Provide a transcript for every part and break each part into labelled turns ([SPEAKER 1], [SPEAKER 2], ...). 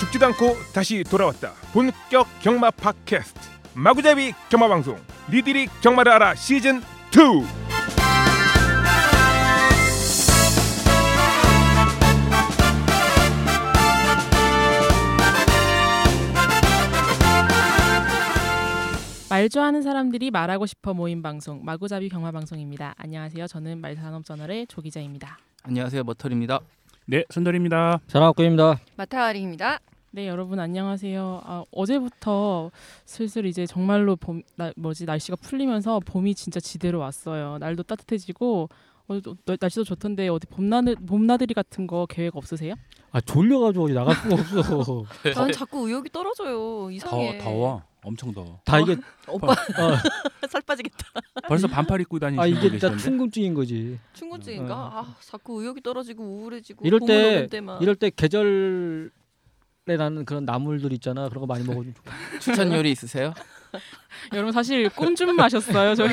[SPEAKER 1] 듣지도 않고 다시 돌아왔다. 본격 경마 팟캐스트 마구잡이 경마 방송 니들이 경마를 알아 시즌 2.
[SPEAKER 2] 말조하는 사람들이 말하고 싶어 모임 방송 마구잡이 경화 방송입니다. 안녕하세요. 저는 말산업저널의 조 기자입니다.
[SPEAKER 3] 안녕하세요 머털입니다.
[SPEAKER 4] 네, 순돌입니다.
[SPEAKER 5] 전화학교입니다.
[SPEAKER 6] 마타리입니다.
[SPEAKER 2] 네, 여러분 안녕하세요. 아, 어제부터 슬슬 이제 정말로 봄 나, 뭐지 날씨가 풀리면서 봄이 진짜 지대로 왔어요. 날도 따뜻해지고 어, 너- 날씨도 좋던데 어디 봄나들 봄나들이 같은 거 계획 없으세요?
[SPEAKER 5] 아 졸려가지고 어디 나갈 수가 없어.
[SPEAKER 6] 저는 자꾸 의욕이 떨어져요. 이상해.
[SPEAKER 4] 엄청 더워.
[SPEAKER 5] 다 이게 어,
[SPEAKER 6] 오빠 살 빠지겠다.
[SPEAKER 4] 벌써 반팔 입고 다니시는
[SPEAKER 5] 아 이게
[SPEAKER 4] 분
[SPEAKER 5] 진짜
[SPEAKER 4] 계시던데.
[SPEAKER 5] 충곤증인 거지.
[SPEAKER 6] 충곤증인가?
[SPEAKER 5] 어.
[SPEAKER 6] 아, 자꾸 의욕이 떨어지고 우울해지고
[SPEAKER 5] 이럴
[SPEAKER 6] 공을
[SPEAKER 5] 때-
[SPEAKER 6] 넘을 때만.
[SPEAKER 5] 이럴 때 계절에 나는 그런 나물들 있잖아. 그런 거 많이 먹어.
[SPEAKER 3] 추천 요리 있으세요?
[SPEAKER 2] 여러분 사실 꿈 좀 마셨어요. 저희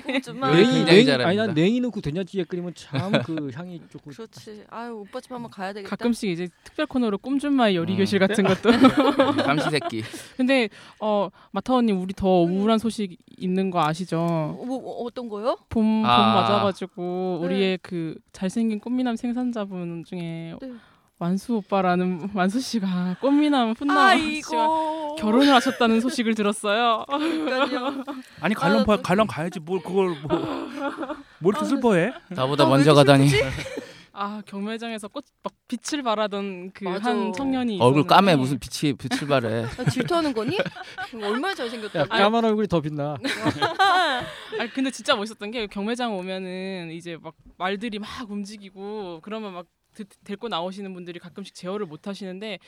[SPEAKER 6] 네. 좀만.
[SPEAKER 5] 네.
[SPEAKER 3] 요리 굉장히 잘합니다.
[SPEAKER 5] 아니 난 냉이 넣고 된장찌개 끓이면 참 그 향이 조금.
[SPEAKER 6] 그렇지. 아유 오빠 집 한번 가야 되겠다.
[SPEAKER 2] 가끔씩 이제 특별 코너로 꿈준마의 요리
[SPEAKER 3] 음.
[SPEAKER 2] 교실 같은 것도
[SPEAKER 3] 감시 새끼.
[SPEAKER 2] 근데 어 마타 언니 우리 더 우울한 소식 있는 거
[SPEAKER 6] 어,
[SPEAKER 2] 아시죠?
[SPEAKER 6] 뭐, 뭐, 어떤 거요?
[SPEAKER 2] 봄, 봄
[SPEAKER 3] 아.
[SPEAKER 2] 맞아가지고
[SPEAKER 6] 네.
[SPEAKER 2] 우리의 그 잘생긴 꽃미남 생산자분 중에
[SPEAKER 6] 네.
[SPEAKER 2] 완수 오빠라는 완수 씨가 꽃미남 훈남 씨가
[SPEAKER 6] 아, 아이고.
[SPEAKER 2] 결혼을 하셨다는 소식을 들었어요.
[SPEAKER 6] 그러니까요.
[SPEAKER 4] 아니 갈랑
[SPEAKER 6] 아,
[SPEAKER 4] 파 갈랑 가야지 뭘 그걸 뭐뭘 이렇게
[SPEAKER 6] 아,
[SPEAKER 4] 슬퍼해?
[SPEAKER 3] 나보다
[SPEAKER 6] 아, 왜
[SPEAKER 3] 먼저
[SPEAKER 6] 이렇게
[SPEAKER 3] 가다니
[SPEAKER 6] 슬프지?
[SPEAKER 2] 아 경매장에서 꽃 막 빛을 발하던 그
[SPEAKER 6] 맞아.
[SPEAKER 2] 한 청년이
[SPEAKER 3] 얼굴
[SPEAKER 2] 있었는데
[SPEAKER 3] 까매 무슨 빛이 빛을 발해.
[SPEAKER 6] 아, 질투하는 거니? 얼마나 잘생겼다.
[SPEAKER 5] 야 까만 얼굴이 더 빛나.
[SPEAKER 2] 아니 근데 진짜 멋있었던 게 경매장 오면은 이제 막 말들이 막 움직이고 그러면 막 드- 데리고 나오시는 분들이 가끔씩 제어를 못 하시는데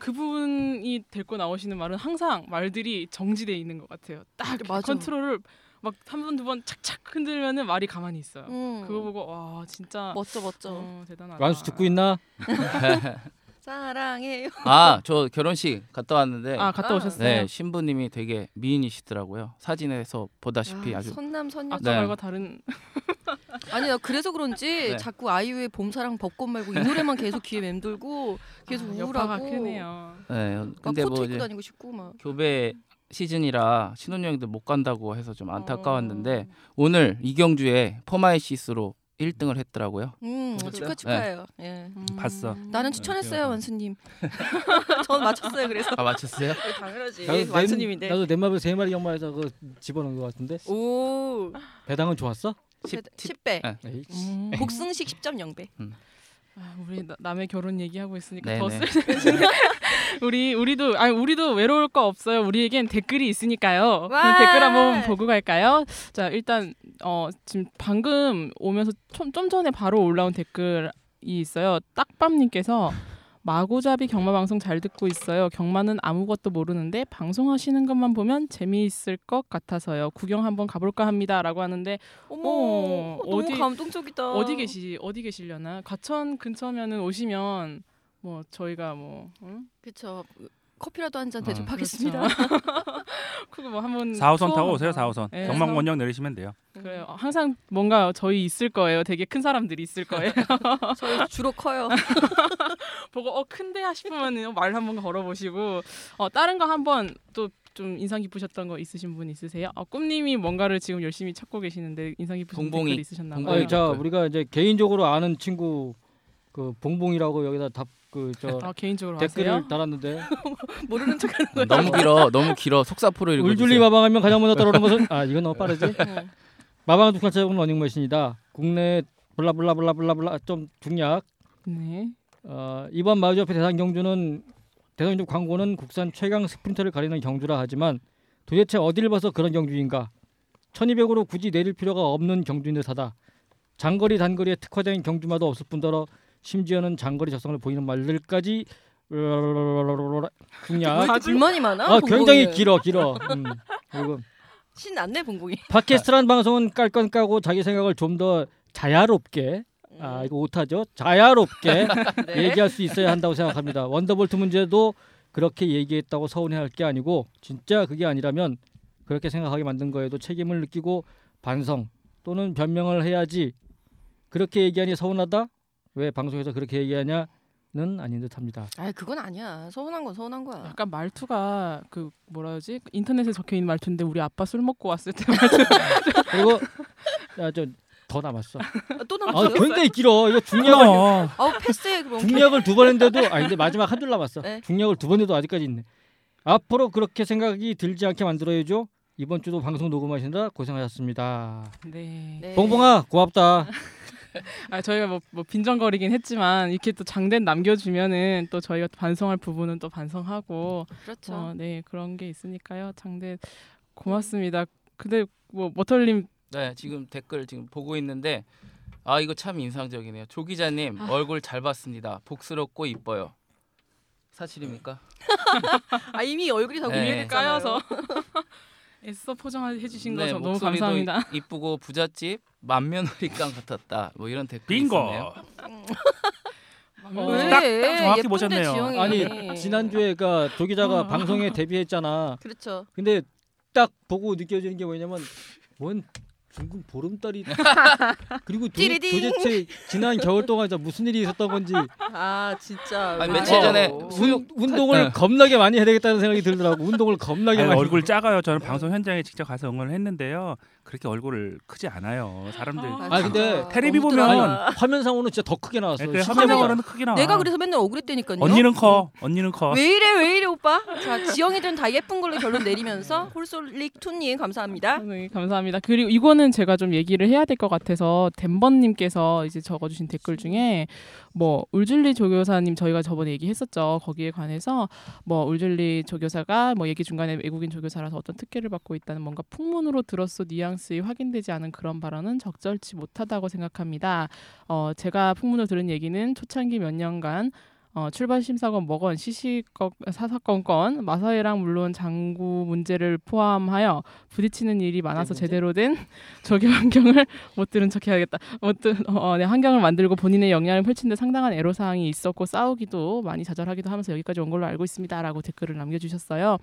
[SPEAKER 2] 그분이 데리고 나오시는 말은 항상 말들이 정지돼 있는 것 같아요. 딱
[SPEAKER 6] 음, 맞아.
[SPEAKER 2] 컨트롤을 막 한 번 두 번 착착 흔들면은 말이 가만히 있어요.
[SPEAKER 6] 음.
[SPEAKER 2] 그거 보고 와 진짜
[SPEAKER 6] 멋져 멋져.
[SPEAKER 2] 어, 대단하다.
[SPEAKER 5] 완수 듣고 있나?
[SPEAKER 6] 사랑해요.
[SPEAKER 3] 아 저 결혼식 갔다 왔는데
[SPEAKER 2] 아 갔다
[SPEAKER 6] 아.
[SPEAKER 2] 오셨어요?
[SPEAKER 3] 네 신부님이 되게 미인이시더라고요. 사진에서 보다시피
[SPEAKER 6] 야,
[SPEAKER 3] 아주
[SPEAKER 6] 선남 선녀.
[SPEAKER 2] 아까
[SPEAKER 3] 네.
[SPEAKER 2] 말과 다른
[SPEAKER 6] 아니 나 그래서 그런지
[SPEAKER 3] 네.
[SPEAKER 6] 자꾸 아이유의 봄사랑 벚꽃 말고 이 노래만 계속 귀에 맴돌고 계속
[SPEAKER 2] 아, 여파가
[SPEAKER 6] 우울하고
[SPEAKER 2] 크네요.
[SPEAKER 3] 네
[SPEAKER 6] 막
[SPEAKER 3] 근데
[SPEAKER 6] 코트
[SPEAKER 3] 뭐
[SPEAKER 6] 입고
[SPEAKER 3] 이제
[SPEAKER 6] 다니고 싶고 막
[SPEAKER 3] 교배 시즌이라 신혼여행들 못 간다고 해서 좀 안타까웠는데 오늘 이경주의 포마이시스로 1등을 했더라고요.
[SPEAKER 6] 음, 축하 축하해요. 예.
[SPEAKER 2] 음.
[SPEAKER 4] 봤어.
[SPEAKER 6] 나는 추천했어요,
[SPEAKER 4] 음.
[SPEAKER 6] 원수님. 전 맞췄어요, 그래서.
[SPEAKER 3] 아 맞췄어요?
[SPEAKER 6] 당연하지.
[SPEAKER 5] 나도 내-
[SPEAKER 6] 예, 완수님인데.
[SPEAKER 5] 나도 내 맘에 세 마리 연마해서 그 집어넣은 것 같은데
[SPEAKER 6] 오.
[SPEAKER 5] 배당은 좋았어? 아,
[SPEAKER 3] 십- 십-
[SPEAKER 6] 10배.
[SPEAKER 3] 네.
[SPEAKER 5] 에이, 씨.
[SPEAKER 2] 음.
[SPEAKER 6] 복승식 10.0배.
[SPEAKER 2] 아, 우리 나- 남의 결혼 얘기하고 있으니까
[SPEAKER 3] 네네.
[SPEAKER 2] 더 쓸데없는 우리 우리도 아니 우리도 외로울 거 없어요. 우리에겐 댓글이 있으니까요. 그
[SPEAKER 6] 와!
[SPEAKER 2] 댓글 한번 보고 갈까요? 자 일단 어 지금 방금 오면서 좀, 좀 전에 바로 올라온 댓글이 있어요. 딱밤님께서 마고잡이 경마 방송 잘 듣고 있어요. 경마는 아무것도 모르는데 방송하시는 것만 보면 재미있을 것 같아서요. 구경 한번 가볼까 합니다라고 하는데
[SPEAKER 6] 어머.
[SPEAKER 2] 어,
[SPEAKER 6] 너무
[SPEAKER 2] 어디-
[SPEAKER 6] 감동적이다.
[SPEAKER 2] 어디 계시 어디 계시려나 과천 근처면은 오시면 뭐 저희가 뭐 응?
[SPEAKER 6] 그쵸. 커피라도 한 잔
[SPEAKER 3] 어,
[SPEAKER 6] 대접하겠습니다.
[SPEAKER 2] 그렇죠. 그거 뭐 한번
[SPEAKER 4] 4호선 타고
[SPEAKER 2] 투어
[SPEAKER 4] 오세요.
[SPEAKER 2] 한번.
[SPEAKER 4] 4호선.
[SPEAKER 2] 예.
[SPEAKER 4] 경망원역 내리시면 돼요.
[SPEAKER 6] 음.
[SPEAKER 2] 그래요. 어, 항상 뭔가 저희 있을 거예요. 되게 큰 사람들이 있을 거예요.
[SPEAKER 6] 저희 주로 커요.
[SPEAKER 2] 보고 어 큰데 싶으면은 말 한번 걸어보시고 어 다른 거 한번 또 좀 인상 깊으셨던 거 있으신 분 있으세요? 어, 꿈님이 뭔가를 지금 열심히 찾고 계시는데 인상 깊으신
[SPEAKER 3] 봉봉이.
[SPEAKER 2] 댓글 있으셨나
[SPEAKER 3] 봉봉이.
[SPEAKER 2] 봐요.
[SPEAKER 5] 아니
[SPEAKER 2] 어,
[SPEAKER 3] 저-
[SPEAKER 5] 자 우리가 이제 개인적으로 아는 친구 그 봉봉이라고 여기다 답 그 저
[SPEAKER 2] 아, 개인적으로
[SPEAKER 5] 댓글을
[SPEAKER 2] 아세요?
[SPEAKER 5] 달았는데
[SPEAKER 6] 모르는 척 하는 거야.
[SPEAKER 3] 너무 길어 너무 길어 속사포로
[SPEAKER 5] 울줄리
[SPEAKER 3] 읽어주세요.
[SPEAKER 5] 마방하면 가장 먼저 떠오르는 것은 아 이건 너무 빠르지
[SPEAKER 6] 응.
[SPEAKER 5] 마방 두칼차군 러닝머신이다 국내 블라블라블라블라블라 좀 중략
[SPEAKER 2] 네.
[SPEAKER 5] 어, 이번 마주협회 대상 경주는 대상 경주 광고는 국산 최강 스프린터를 가리는 경주라 하지만 도대체 어디를 봐서 그런 경주인가 1200으로 굳이 내릴 필요가 없는 경주인 듯하다 장거리 단거리에 특화된 경주마도 없을 뿐더러 심지어는 장거리 적성을 보이는 말들까지
[SPEAKER 6] 왜
[SPEAKER 5] 중략
[SPEAKER 6] 뭐 이렇게 불만이 많아?
[SPEAKER 5] 아 굉장히
[SPEAKER 6] 봉봉이는?
[SPEAKER 5] 길어 길어 음, 그리고
[SPEAKER 6] 신 안내 봉봉이.
[SPEAKER 5] 팟캐스트란 방송은 깔 건 까고 자기 생각을 좀 더 자야롭게 아 이거 오타죠 자야롭게
[SPEAKER 6] 음. 네.
[SPEAKER 5] 얘기할 수 있어야 한다고 생각합니다 원더볼트 문제도 그렇게 얘기했다고 서운해할 게 아니고 진짜 그게 아니라면 그렇게 생각하게 만든 거에도 책임을 느끼고 반성 또는 변명을 해야지 그렇게 얘기하니 서운하다 왜 방송에서 그렇게 얘기하냐 아닌 듯합니다.
[SPEAKER 6] 아 그건 아니야. 서운한 건 서운한 거야.
[SPEAKER 2] 약간 말투가 그 뭐라 하지 인터넷에 적혀 있는 말투인데 우리 아빠 술 먹고 왔을 때 말투
[SPEAKER 5] 그리고 아, 야저더 남았어.
[SPEAKER 6] 아, 또
[SPEAKER 5] 아
[SPEAKER 6] 남았어요?
[SPEAKER 5] 굉장히 길어. 이거 중량을
[SPEAKER 6] 아우 패스해 그럼.
[SPEAKER 5] 중략을 두 번 했는데도 아 근데 마지막 한 줄 남았어.
[SPEAKER 6] 네.
[SPEAKER 5] 중략을 두 번 해도 아직까지 있네. 앞으로 그렇게 생각이 들지 않게 만들어야죠. 이번 주도 방송 녹음하시느라 고생하셨습니다.
[SPEAKER 2] 네.
[SPEAKER 6] 네.
[SPEAKER 5] 봉봉아 고맙다.
[SPEAKER 2] 아 저희가 뭐, 뭐 빈정거리긴 했지만 이렇게 또 장된 남겨주면은 또 저희가 반성할 부분은 또 반성하고
[SPEAKER 6] 그렇죠.
[SPEAKER 2] 어, 네 그런 게 있으니까요 장대 고맙습니다. 근데 뭐 머털님
[SPEAKER 3] 네, 지금 댓글 지금 보고 있는데 아 이거 참 인상적이네요. 조 기자님
[SPEAKER 2] 아.
[SPEAKER 3] 얼굴 잘 봤습니다. 복스럽고 이뻐요. 사실입니까?
[SPEAKER 6] 아 이미 얼굴이 다
[SPEAKER 3] 네.
[SPEAKER 6] 공개됐잖아요.
[SPEAKER 2] 까여서 애써 포장해 주신 거
[SPEAKER 3] 네,
[SPEAKER 2] 저 너무
[SPEAKER 3] 목소리도
[SPEAKER 2] 감사합니다.
[SPEAKER 3] 이- 이쁘고 부잣집 만면허리깡 같았다. 뭐 이런 댓글
[SPEAKER 4] 빙고.
[SPEAKER 3] 있었네요.
[SPEAKER 6] 왜?
[SPEAKER 2] 어.
[SPEAKER 4] 딱, 딱 정확히
[SPEAKER 6] 예쁜데
[SPEAKER 4] 보셨네요.
[SPEAKER 6] 지영이.
[SPEAKER 5] 아니 지난주에 그
[SPEAKER 6] 어.
[SPEAKER 5] 조기자가 방송에 데뷔했잖아.
[SPEAKER 6] 그렇죠.
[SPEAKER 5] 근데 딱 보고 느껴지는 게 뭐냐면 뭔 중국 보름달이 그리고 도,
[SPEAKER 6] 띠리딩.
[SPEAKER 5] 도대체 지난 겨울 동안 진짜 무슨 일이 있었던 건지
[SPEAKER 6] 아 진짜.
[SPEAKER 3] 아니,
[SPEAKER 6] 왜?
[SPEAKER 3] 며칠 전에
[SPEAKER 6] 어.
[SPEAKER 5] 운, 운동을
[SPEAKER 3] 네.
[SPEAKER 5] 겁나게 많이 해야 되겠다는 생각이 들더라고 운동을 겁나게
[SPEAKER 4] 아니,
[SPEAKER 5] 많이
[SPEAKER 4] 얼굴 작아요. 저는
[SPEAKER 5] 네.
[SPEAKER 4] 방송 현장에 직접 가서 응원을 했는데요. 그렇게 얼굴 크지 않아요. 사람들.
[SPEAKER 2] 아,
[SPEAKER 5] 아니, 근데
[SPEAKER 6] 진짜.
[SPEAKER 4] 테레비
[SPEAKER 6] 너무
[SPEAKER 4] 보면
[SPEAKER 6] 드라마.
[SPEAKER 5] 어. 화면상으로는 진짜 더 크게 나왔어.
[SPEAKER 4] 네, 그래,
[SPEAKER 5] 실제로
[SPEAKER 4] 화면상으로는 크게 나와.
[SPEAKER 6] 내가 그래서 맨날 억울했다니까요.
[SPEAKER 4] 언니는 뭐 커. 언니는 커.
[SPEAKER 6] 왜 이래 왜 이래 오빠? 자 지영이들은 다 예쁜 걸로 결론 내리면서 홀솔릭 툰님 감사합니다.
[SPEAKER 2] 네, 감사합니다. 그리고 이거는 제가 좀 얘기를 해야 될 것 같아서 덴번님께서 이제 적어주신 댓글 중에 뭐 울줄리 조교사님 저희가 저번에 얘기했었죠. 거기에 관해서 뭐 울줄리 조교사가 뭐 얘기 중간에 외국인 조교사라서 어떤 특혜를 받고 있다는 뭔가 풍문으로 들었어 뉘앙스에 확인되지 않은 그런 발언은 적절치 못하다고 생각합니다. 어, 제가 풍문으로 들은 얘기는 초창기 몇 년간 어, 출발 심사건 뭐건 시시건 사사건건 마사회랑 물론 장구 문제를 포함하여 부딪히는 일이 많아서
[SPEAKER 5] 문제?
[SPEAKER 2] 제대로 된 저기 환경을 못 들은 척 해야겠다. 못 들, 어, 네, 환경을 만들고 본인의 역량을 펼치는데 상당한 애로사항이 있었고 싸우기도 많이 자잘하기도 하면서 여기까지 온 걸로 알고 있습니다라고 댓글을 남겨주셨어요.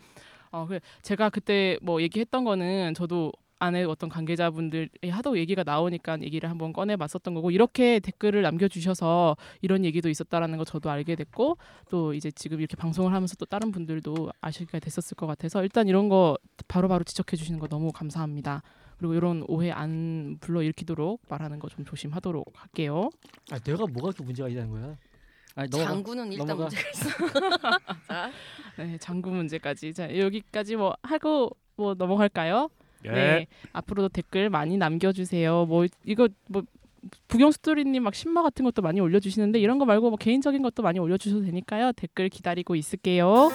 [SPEAKER 2] 어, 그 제가 그때 뭐 얘기했던 거는 저도 안에 어떤 관계자분들이 하도 얘기가 나오니까 얘기를 한번 꺼내봤었던 거고 이렇게 댓글을 남겨주셔서 이런 얘기도 있었다라는 거 저도 알게 됐고 또 이제 지금 이렇게 방송을 하면서 또 다른 분들도 아시게 됐었을 것 같아서 일단 이런 거 바로바로 지적해 주시는 거 너무 감사합니다. 그리고 이런 오해 안 불러일으키도록 말하는 거 좀 조심하도록 할게요.
[SPEAKER 5] 아, 내가 뭐가 그렇게 문제가 있다는 거야? 아니 너가
[SPEAKER 6] 장구는 일단
[SPEAKER 5] 넘어가.
[SPEAKER 6] 문제가 있어. 자,
[SPEAKER 2] 네, 장구 문제까지 자 여기까지 뭐 하고 뭐 넘어갈까요?
[SPEAKER 4] 예.
[SPEAKER 2] 네. 앞으로도 댓글 많이 남겨주세요. 뭐 이거 뭐 부경 스토리님 막 신마 같은 것도 많이 올려주시는데 이런 거 말고 뭐 개인적인 것도 많이 올려주셔도 되니까요. 댓글 기다리고 있을게요.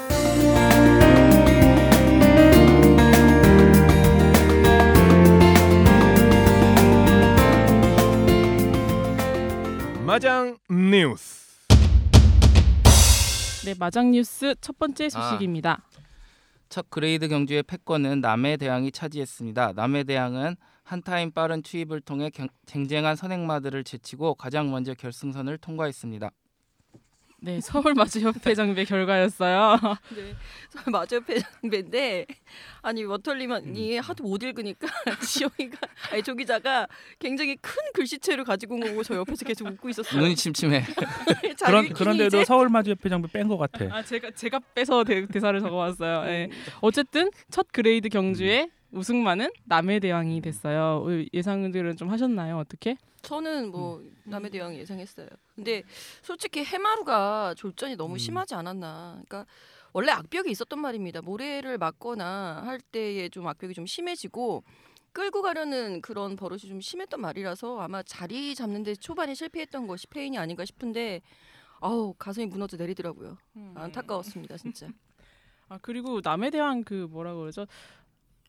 [SPEAKER 1] 마장 뉴스.
[SPEAKER 2] 네, 마장 뉴스 첫 번째 소식입니다.
[SPEAKER 3] 첫 그레이드 경주의 패권은 남해 대항이 차지했습니다. 남해 대항은 한타임 빠른 투입을 통해 경- 쟁쟁한 선행마들을 제치고 가장 먼저 결승선을 통과했습니다.
[SPEAKER 2] 네, 서울 마주협회 정배 결과였어요.
[SPEAKER 6] 네. 저 마저 배인데 아니
[SPEAKER 4] 음.
[SPEAKER 6] 워털리만이 하도 못 읽으니까 지영이가 아니 조 기자가 굉장히 큰 글씨체를 가지고 온 거고 저 옆에서 계속 웃고 있었어요.
[SPEAKER 3] 눈이 침침해.
[SPEAKER 6] 잘
[SPEAKER 4] 그런
[SPEAKER 6] 읽히니
[SPEAKER 4] 그런데도
[SPEAKER 6] 이제?
[SPEAKER 4] 서울 마주 협회 장비 뺀 것 같아.
[SPEAKER 2] 아, 제가 제가 빼서 대, 대사를 적어왔어요.
[SPEAKER 4] 네.
[SPEAKER 2] 예. 어쨌든 첫 그레이드 경주의 우승만은 남해 대항이 됐어요. 예상들은 좀 하셨나요? 어떻게?
[SPEAKER 6] 저는 뭐 남의 대항 예상했어요. 근데 솔직히 해마루가 졸전이 너무
[SPEAKER 4] 음.
[SPEAKER 6] 심하지 않았나. 그러니까 원래 악벽이 있었던 말입니다. 모래를 맞거나 할 때에 좀 악벽이 좀 심해지고 끌고 가려는 그런 버릇이 좀 심했던 말이라서 아마 자리 잡는데 초반에 실패했던 것이 페인이 아닌가 싶은데 아우 가슴이 무너져 내리더라고요. 안타까웠습니다 진짜.
[SPEAKER 2] 아 그리고 남에 대한 그 뭐라 그러죠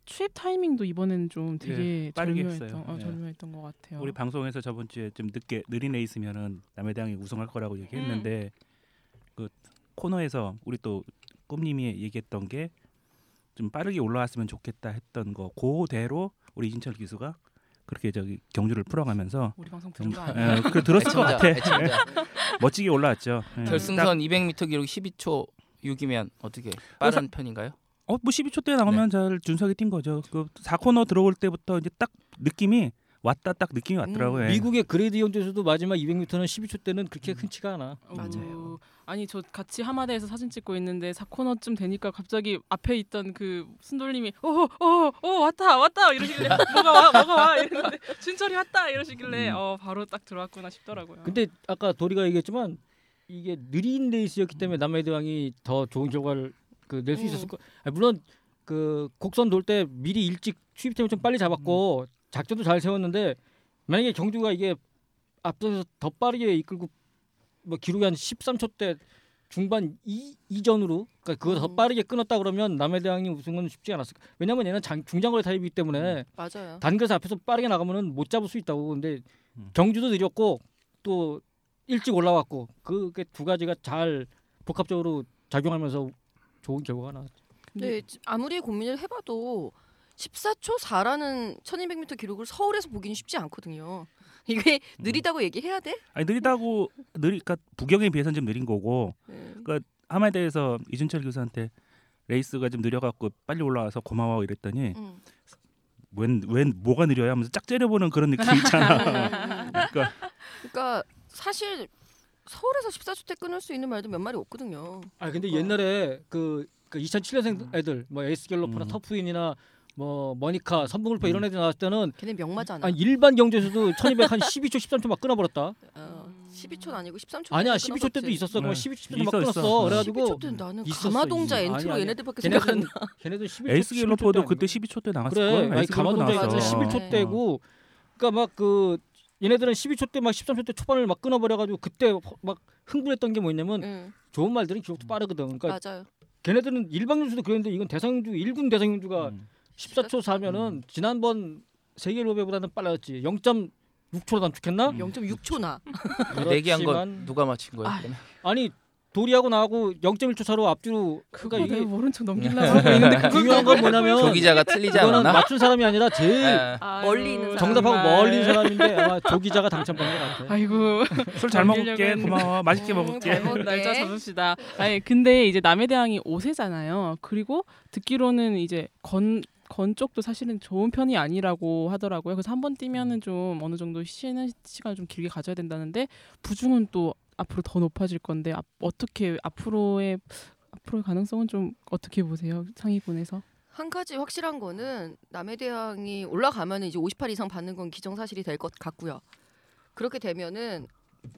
[SPEAKER 2] 취입 타이밍도 이번에는 좀 되게
[SPEAKER 4] 예, 빠르게
[SPEAKER 2] 절묘했던,
[SPEAKER 4] 했어요.
[SPEAKER 2] 어,
[SPEAKER 4] 예.
[SPEAKER 2] 절묘했던 것 같아요.
[SPEAKER 4] 우리 방송에서 저번 주에 좀 늦게 느린 애 있으면은 남의 대항이 우승할 거라고 얘기했는데 그 코너에서 우리 또 꿈님이 얘기했던 게 좀 빠르게 올라왔으면 좋겠다 했던 거 그대로 우리 이진철 기수가 그렇게 저기 경주를 풀어가면서
[SPEAKER 2] 우리 방송 들은 거 아니에요?
[SPEAKER 4] 예, 그 들었을 것
[SPEAKER 3] 애청자,
[SPEAKER 4] 같아.
[SPEAKER 3] 애청자.
[SPEAKER 4] 멋지게 올라왔죠. 예. 딱,
[SPEAKER 3] 결승선 200m 기록 12초 6이면 어떻게 빠른 편인가요?
[SPEAKER 4] 어, 뭐 12초 때 나오면 잘 준석이 뛴 거죠. 그 4코너 들어올 때부터 이제 딱 느낌이 왔다 딱 느낌이 왔더라고요.
[SPEAKER 6] 음.
[SPEAKER 4] 예.
[SPEAKER 5] 미국의 그레이드 경주에서도 마지막 200m는 12초 때는 그렇게 흔치가 않아.
[SPEAKER 6] 맞아요.
[SPEAKER 2] 어, 아니 저 같이 하마대에서 사진 찍고 있는데 4코너쯤 되니까 갑자기 앞에 있던 그 순돌님이 오오오 어, 왔다 왔다 이러시길래 뭐가 와 뭐가 와 이러는데 준철이 왔다 이러시길래
[SPEAKER 4] 음.
[SPEAKER 2] 어 바로 딱 들어왔구나 싶더라고요.
[SPEAKER 5] 근데 아까 도리가 얘기했지만 이게 느린 레이스였기 때문에 남의 대왕이 더 좋은 결과를 그 낼 수
[SPEAKER 6] 음.
[SPEAKER 5] 있었을 거. 아니, 물론 그 곡선 돌 때 미리 일찍 취입템을 좀 빨리
[SPEAKER 6] 음.
[SPEAKER 5] 잡았고 작전도 잘 세웠는데 만약에 경주가 이게 앞서서 더 빠르게 이끌고 뭐 기록이 한 13초 때 중반 이, 이전으로 그러니까 그거 더
[SPEAKER 6] 음.
[SPEAKER 5] 빠르게 끊었다 그러면 남의 대왕이 우승은 쉽지 않았을 거야. 왜냐면 얘는 장, 중장거리 타입이기
[SPEAKER 6] 음.
[SPEAKER 5] 때문에
[SPEAKER 6] 맞아요.
[SPEAKER 5] 단계에서 앞에서 빠르게 나가면은 못 잡을 수 있다고 근데
[SPEAKER 4] 음.
[SPEAKER 5] 경주도 느렸고 또 일찍 올라왔고 그게 두 가지가 잘 복합적으로 작용하면서 좋은 결과가 나왔죠.
[SPEAKER 6] 네, 지- 아무리 고민을 해봐도 14초 4라는 1200m 기록을 서울에서 보기는 쉽지 않거든요. 이게
[SPEAKER 5] 음.
[SPEAKER 6] 느리다고 얘기해야 돼?
[SPEAKER 4] 아니 느리다고 느리 그러니까 부경에 비해서는 좀 느린 거고 그러니까
[SPEAKER 6] 네.
[SPEAKER 4] 하마에 대해서 이준철 교수한테 레이스가 좀 느려갖고 빨리 올라와서 고마워 이랬더니
[SPEAKER 5] 네.
[SPEAKER 6] 음.
[SPEAKER 4] 웬, 웬 뭐가 느려요 하면서 짝 째려보는 그런 느낌 있잖아. 그러니까
[SPEAKER 6] 그러니까 사실 서울에서 14초 때 끊을 수 있는 말도 몇 마리 없거든요.
[SPEAKER 5] 아 근데
[SPEAKER 6] 그거.
[SPEAKER 5] 옛날에 그, 그 2007년생 애들 뭐 에이스 갤로퍼나
[SPEAKER 4] 음.
[SPEAKER 5] 터프인이나 뭐 머니카 선봉울파 이런 애들 나왔을 때는
[SPEAKER 6] 걔네 명마잖아.
[SPEAKER 5] 아 일반 경주에서도 1200 한 12초 13초 막 끊어버렸다.
[SPEAKER 6] 어, 12초는 아니고 13초.
[SPEAKER 5] 아니야 12초 때도 있었어. 그럼
[SPEAKER 4] 네.
[SPEAKER 5] 12초 때막
[SPEAKER 4] 있어, 있어.
[SPEAKER 5] 끊었어. 그래가지고
[SPEAKER 6] 12초 때는 나는
[SPEAKER 5] 있었어,
[SPEAKER 6] 가마동자
[SPEAKER 5] 있어. 아니,
[SPEAKER 6] 엔트로
[SPEAKER 5] 아니.
[SPEAKER 6] 얘네들밖에 생각 안
[SPEAKER 5] 걔네들은
[SPEAKER 6] 나.
[SPEAKER 5] 걔네들 12초
[SPEAKER 4] 에이스
[SPEAKER 5] 11초 네. 때
[SPEAKER 4] 갤로퍼도 그때
[SPEAKER 5] 아니거든.
[SPEAKER 4] 12초 때 나갔을
[SPEAKER 5] 그래,
[SPEAKER 4] 거예요.
[SPEAKER 5] 아니 가마동자가
[SPEAKER 6] 나왔어.
[SPEAKER 2] 네.
[SPEAKER 5] 11초 때고, 그러니까 막 그 얘네들은 12초 때 막 13초 때 초반을 막 끊어버려가지고 그때 막 흥분했던 게 뭐냐면
[SPEAKER 2] 네.
[SPEAKER 6] 응,
[SPEAKER 5] 좋은 말들은
[SPEAKER 2] 음.
[SPEAKER 5] 기록도 빠르거든. 그러니까
[SPEAKER 6] 예, 맞아요.
[SPEAKER 5] 걔네들은 일반 경주도 그랬는데 이건 대상주 일군 대상주가
[SPEAKER 3] 음.
[SPEAKER 4] 음.
[SPEAKER 5] 14초 4면은 지난번 세계 로베보다는 빨라졌지. 0.6초로 단축했나?
[SPEAKER 4] 음.
[SPEAKER 6] 0.6초 나.
[SPEAKER 3] 네 내기한 건
[SPEAKER 5] 그렇지만-
[SPEAKER 3] 누가 맞힌 거예요?
[SPEAKER 6] 아,
[SPEAKER 3] 그러면?
[SPEAKER 5] 아니 도리하고 나하고 0.1초 차로 앞뒤로
[SPEAKER 2] 그거
[SPEAKER 5] 그러니까
[SPEAKER 2] 내가
[SPEAKER 5] 이게
[SPEAKER 2] 어, 네, 모른 척 넘기려고 하고 있는데 그걸
[SPEAKER 5] 중요한 건
[SPEAKER 3] 조
[SPEAKER 5] 뭐냐면
[SPEAKER 3] 기자가 틀리지
[SPEAKER 5] 이거는
[SPEAKER 3] 않았나?
[SPEAKER 5] 맞춘 사람이 아니라 제일
[SPEAKER 3] 예.
[SPEAKER 2] 아이고,
[SPEAKER 6] 멀리 있는 사람.
[SPEAKER 5] 정답하고
[SPEAKER 2] 정말.
[SPEAKER 5] 멀리 있는 사람인데 아마 조 기자가 당첨된 것 같아.
[SPEAKER 2] 아이고
[SPEAKER 4] 술잘
[SPEAKER 2] 넘기려고
[SPEAKER 4] 먹을게
[SPEAKER 2] 했는데.
[SPEAKER 4] 고마워 맛있게
[SPEAKER 6] 음,
[SPEAKER 2] 어,
[SPEAKER 4] 먹을게.
[SPEAKER 6] 잘 먹-
[SPEAKER 2] 예. 날짜 잡읍시다. 아니 근데 이제 남의 대왕이 5세잖아요. 그리고 듣기로는 이제 건, 건 쪽도 사실은 좋은 편이 아니라고 하더라고요. 그래서 한 번 뛰면은 좀 어느 정도 쉬는 시간을 좀 길게 가져야 된다는데 부중은 또 앞으로 더 높아질 건데 앞, 어떻게 앞으로의 앞으로의 가능성은 좀 어떻게 보세요 상위군에서?
[SPEAKER 6] 한 가지 확실한 거는 남해 대항이 올라가면 이제 58 이상 받는 건 기정사실이 될 것 같고요. 그렇게 되면은